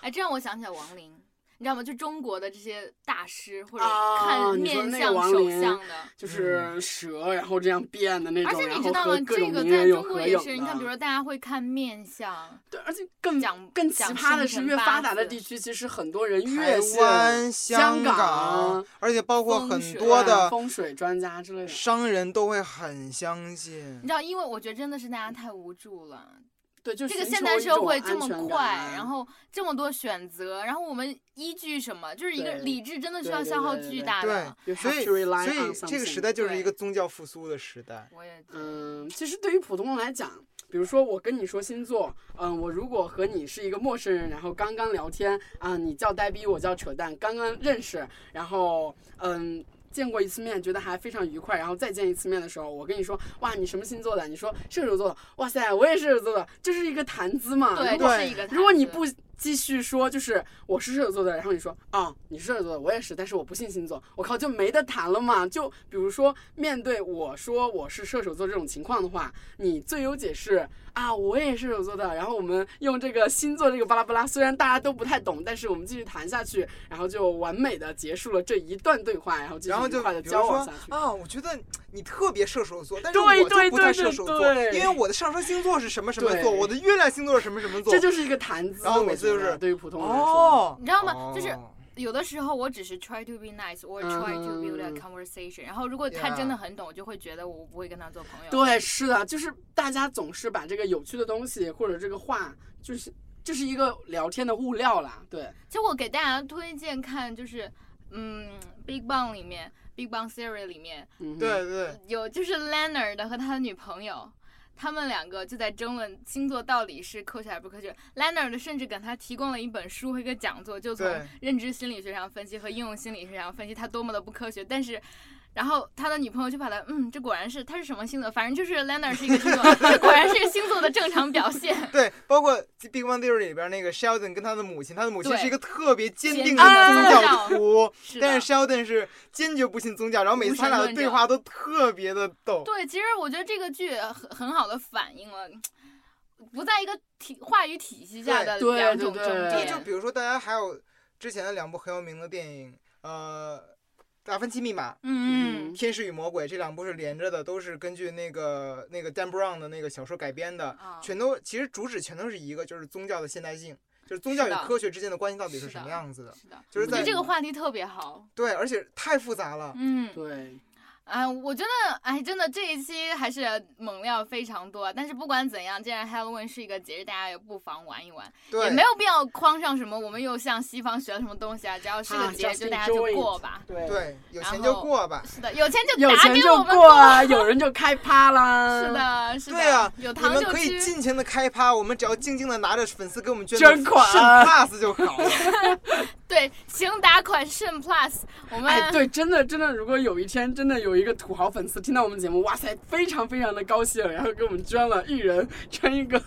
Speaker 2: 哎，这让我想起来王林，你知道吗？就中国的这些大师或者
Speaker 3: 哦
Speaker 2: 看
Speaker 3: 你说
Speaker 2: 面
Speaker 3: 那个
Speaker 2: 相
Speaker 3: 王
Speaker 2: 手
Speaker 3: 林
Speaker 2: 相的。
Speaker 3: 就是蛇，然后这样变的那
Speaker 2: 而
Speaker 3: 种，
Speaker 2: 且
Speaker 3: 然
Speaker 2: 你
Speaker 3: 后
Speaker 2: 知道
Speaker 3: 和
Speaker 2: 吗？
Speaker 3: 各
Speaker 2: 这
Speaker 3: 种
Speaker 2: 个
Speaker 3: 名
Speaker 2: 在
Speaker 3: 人有
Speaker 2: 中国
Speaker 3: 合
Speaker 2: 也
Speaker 3: 影啊嗯
Speaker 2: 是，你看，比如
Speaker 3: 的。
Speaker 2: 说大家会看面相，
Speaker 3: 对，而且更
Speaker 2: 讲
Speaker 3: 更奇
Speaker 2: 讲
Speaker 3: 葩
Speaker 2: 生
Speaker 3: 的是，
Speaker 2: 辰
Speaker 3: 越
Speaker 2: 八
Speaker 3: 发达的
Speaker 2: 字
Speaker 3: 地区，其实很多人
Speaker 1: 台
Speaker 3: 越信
Speaker 1: 湾、
Speaker 3: 香
Speaker 1: 港
Speaker 3: 港，
Speaker 1: 而且包括
Speaker 2: 风
Speaker 1: 很
Speaker 2: 水
Speaker 1: 多
Speaker 3: 对
Speaker 1: 的
Speaker 3: 风水专家之类的。
Speaker 1: 商人都会很相信
Speaker 2: 你。知道，因为我觉得真的是大家太无助了。
Speaker 3: 对，就
Speaker 2: 这个
Speaker 3: 寻
Speaker 2: 现
Speaker 3: 求
Speaker 2: 代
Speaker 3: 一
Speaker 2: 社
Speaker 3: 种
Speaker 2: 会
Speaker 3: 安
Speaker 2: 这么
Speaker 3: 全
Speaker 2: 快，
Speaker 3: 感啊
Speaker 2: 然后这么多选择，然后我们依据什么？就是一个
Speaker 3: 对
Speaker 2: 理智真的需
Speaker 3: 对
Speaker 2: 要
Speaker 3: 对
Speaker 2: 消
Speaker 3: 对
Speaker 2: 耗
Speaker 3: 对
Speaker 2: 巨
Speaker 3: 对
Speaker 2: 大
Speaker 1: 对
Speaker 2: 的。，
Speaker 3: You
Speaker 1: 所
Speaker 3: have
Speaker 1: 以
Speaker 3: to rely
Speaker 1: 所
Speaker 3: on
Speaker 1: 以这个
Speaker 3: something
Speaker 1: 时代就是一
Speaker 2: 对
Speaker 1: 个宗教复苏的时代。
Speaker 2: 我也觉得
Speaker 3: 嗯，其实对于普通人来讲，比如说我跟你说星座，嗯，我如果和你是一个陌生人，然后刚刚聊天，啊、你叫呆逼，我叫扯淡，刚刚认识，然后嗯。见过一次面，觉得还非常愉快，然后再见一次面的时候，我跟你说，哇，你什么星座的？你说射手座的，哇塞，我也射手座的，就是一个谈资嘛。
Speaker 2: 对，这
Speaker 3: 如果
Speaker 2: 是一个谈资。
Speaker 3: 如果你不继续说，就是我是射手座的，然后你说啊，你是射手座的，我也是，但是我不信星座，我靠，就没得谈了嘛。就比如说，面对我说我是射手座这种情况的话，你最优解是啊，我也是射手座的，然后我们用这个星座这个巴拉巴拉，虽然大家都不太懂，但是我们继续谈下去，然后就完美的结束了这一段对话，然后继续
Speaker 1: 然后就
Speaker 3: 愉快的
Speaker 1: 比如
Speaker 3: 交往
Speaker 1: 说
Speaker 3: 下去。
Speaker 1: 啊，我觉得你特别射手座，但是我
Speaker 3: 对
Speaker 1: 就
Speaker 3: 对
Speaker 1: 不太
Speaker 3: 对
Speaker 1: 射手
Speaker 3: 对
Speaker 1: 座，
Speaker 3: 对
Speaker 1: 因为我的上升星座是什么什么
Speaker 3: 对
Speaker 1: 座，我的月亮星座是什么什么座
Speaker 3: 这。就是一个谈资，
Speaker 1: 然后
Speaker 3: 我
Speaker 1: 每次
Speaker 3: 觉
Speaker 1: 就
Speaker 3: 得
Speaker 1: 是
Speaker 3: 对于普通人来说，嗯
Speaker 1: 哦，
Speaker 2: 你知道吗？就是
Speaker 1: 哦
Speaker 2: 有的时候我只是 try to be nice or try to build a
Speaker 3: 嗯
Speaker 2: conversation，然后如果他真
Speaker 1: Yeah
Speaker 2: 的很懂，我就会觉得我不会跟他做朋友。
Speaker 3: 对，是的，就是大家总是把这个有趣的东西或者这个话，就是这是一个聊天的物料啦。对，
Speaker 2: 其实我给大家推荐看，就是嗯，《Big Bang》里面，《Big Bang Theory》里面
Speaker 3: 嗯哼，
Speaker 1: 对对，
Speaker 2: 有就是 Leonard 和他的女朋友，他们两个就在争论星座到底是科学还是不科学。Leonard 甚至给他提供了一本书和一个讲座，就从
Speaker 1: 对
Speaker 2: 认知心理学上分析和应用心理学上分析它多么的不科学，但是。然后他的女朋友就把他，嗯，这果然是他是什么星座，反正就是 Leonard 是一个 星座，这果然是一个星座的正常表现。
Speaker 1: 对，包括《Big Bang Theory》里边那个 Sheldon 跟他的母亲，他的母亲
Speaker 2: 对
Speaker 1: 是一个特别坚
Speaker 2: 坚
Speaker 1: 定的
Speaker 2: 定
Speaker 3: 的
Speaker 1: 宗
Speaker 3: 宗
Speaker 1: 教
Speaker 2: 教
Speaker 1: 徒，
Speaker 2: 是的
Speaker 1: 但是 Sheldon 是坚决不信宗教，然后每次
Speaker 2: 无
Speaker 1: 他
Speaker 2: 神
Speaker 1: 俩的
Speaker 2: 论
Speaker 1: 对
Speaker 2: 者
Speaker 1: 话都特别的逗。
Speaker 2: 对，其实我觉得这个剧很很好的反映了，不在一个体话语体系下的
Speaker 3: 对
Speaker 2: 两种
Speaker 3: 对
Speaker 2: 争
Speaker 3: 对
Speaker 1: 就
Speaker 3: 对
Speaker 1: 就
Speaker 2: 辩。
Speaker 1: 比如说，大家还有之前的两部很有名的电影，呃，《达芬奇密码》
Speaker 2: 嗯
Speaker 1: 《
Speaker 3: 嗯
Speaker 1: 天使与魔鬼》这两部是连着的，都是根据那个那个 Dan Brown 的那个小说改编的，
Speaker 2: 啊，
Speaker 1: 全都其实主旨全都是一个，就是宗教的现代性，就是宗教
Speaker 2: 是
Speaker 1: 与
Speaker 2: 的
Speaker 1: 科学之间的关系到底是
Speaker 2: 是
Speaker 1: 什么
Speaker 2: 的
Speaker 1: 样子的。
Speaker 2: 是的，
Speaker 1: 就是
Speaker 2: 我觉得
Speaker 1: 在
Speaker 2: 这个话题特别好。
Speaker 1: 对，而且太复杂了。
Speaker 2: 嗯，
Speaker 3: 对，
Speaker 2: 哎，我觉得，哎，真的这一期还是猛料非常多。但是不管怎样，既然 Halloween 是一个节日，大家也不妨玩一玩，
Speaker 1: 对，
Speaker 2: 也没有必要框上什么。我们又向西方学了什么东西啊？只要是
Speaker 3: 啊
Speaker 2: 个节日，
Speaker 3: just
Speaker 2: 就大家就
Speaker 3: enjoy it
Speaker 2: 过吧。
Speaker 3: 对，
Speaker 1: 对，有
Speaker 2: 然
Speaker 1: 钱就
Speaker 2: 后
Speaker 1: 过吧。
Speaker 2: 是的，有钱就
Speaker 3: 有
Speaker 2: 打
Speaker 3: 钱
Speaker 2: 给
Speaker 3: 就
Speaker 2: 我们
Speaker 3: 过嗯啊，有人就开趴啦。
Speaker 2: 是，的，是的，
Speaker 1: 对啊，
Speaker 2: 有
Speaker 1: 你
Speaker 2: 糖
Speaker 1: 们
Speaker 2: 就
Speaker 1: 可以
Speaker 2: 吃。
Speaker 1: 尽情的开趴，我们只要静静的拿着粉丝给我们捐
Speaker 3: 捐款
Speaker 1: 肾 pass 就好了。
Speaker 2: 对，请打款肾 Plus，我们、
Speaker 3: 哎，对，真的真的，如果有一天真的有一个土豪粉丝听到我们节目，哇塞，非常非常的高兴，然后给我们捐了一人 捐一个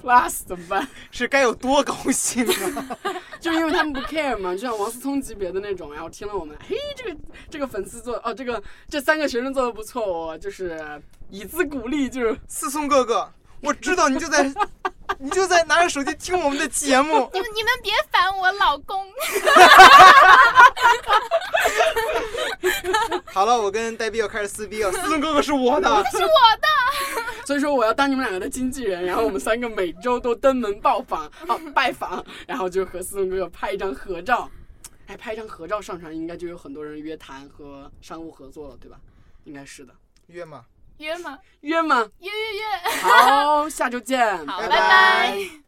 Speaker 3: plus 怎么办？
Speaker 1: 是该有多高兴啊！
Speaker 3: 就因为他们不 care 嘛，就像王思聪级别的那种，然后听了我们，嘿，这个这个粉丝做哦，这个这三个学生做的不错，我就是以资鼓励，就是
Speaker 1: 思聪哥哥，我知道你就在，你就在拿着手机听我们的节目。
Speaker 2: 你们你们别烦我老公。
Speaker 1: 好了，我跟呆逼又开始撕逼了。思聪哥哥是我的，
Speaker 2: 是我的，
Speaker 3: 所以说我要当你们两个的经纪人，然后我们三个每周都登门拜访啊拜访，然后就和思聪哥哥拍一张合照，哎，拍一张合照上传，应该就有很多人约谈和商务合作了，对吧？应该是的，
Speaker 1: 约吗？
Speaker 2: 约吗？
Speaker 3: 约吗？
Speaker 2: 约约约，
Speaker 3: 好，下周见，
Speaker 2: 好，
Speaker 1: 拜
Speaker 2: 拜
Speaker 1: 拜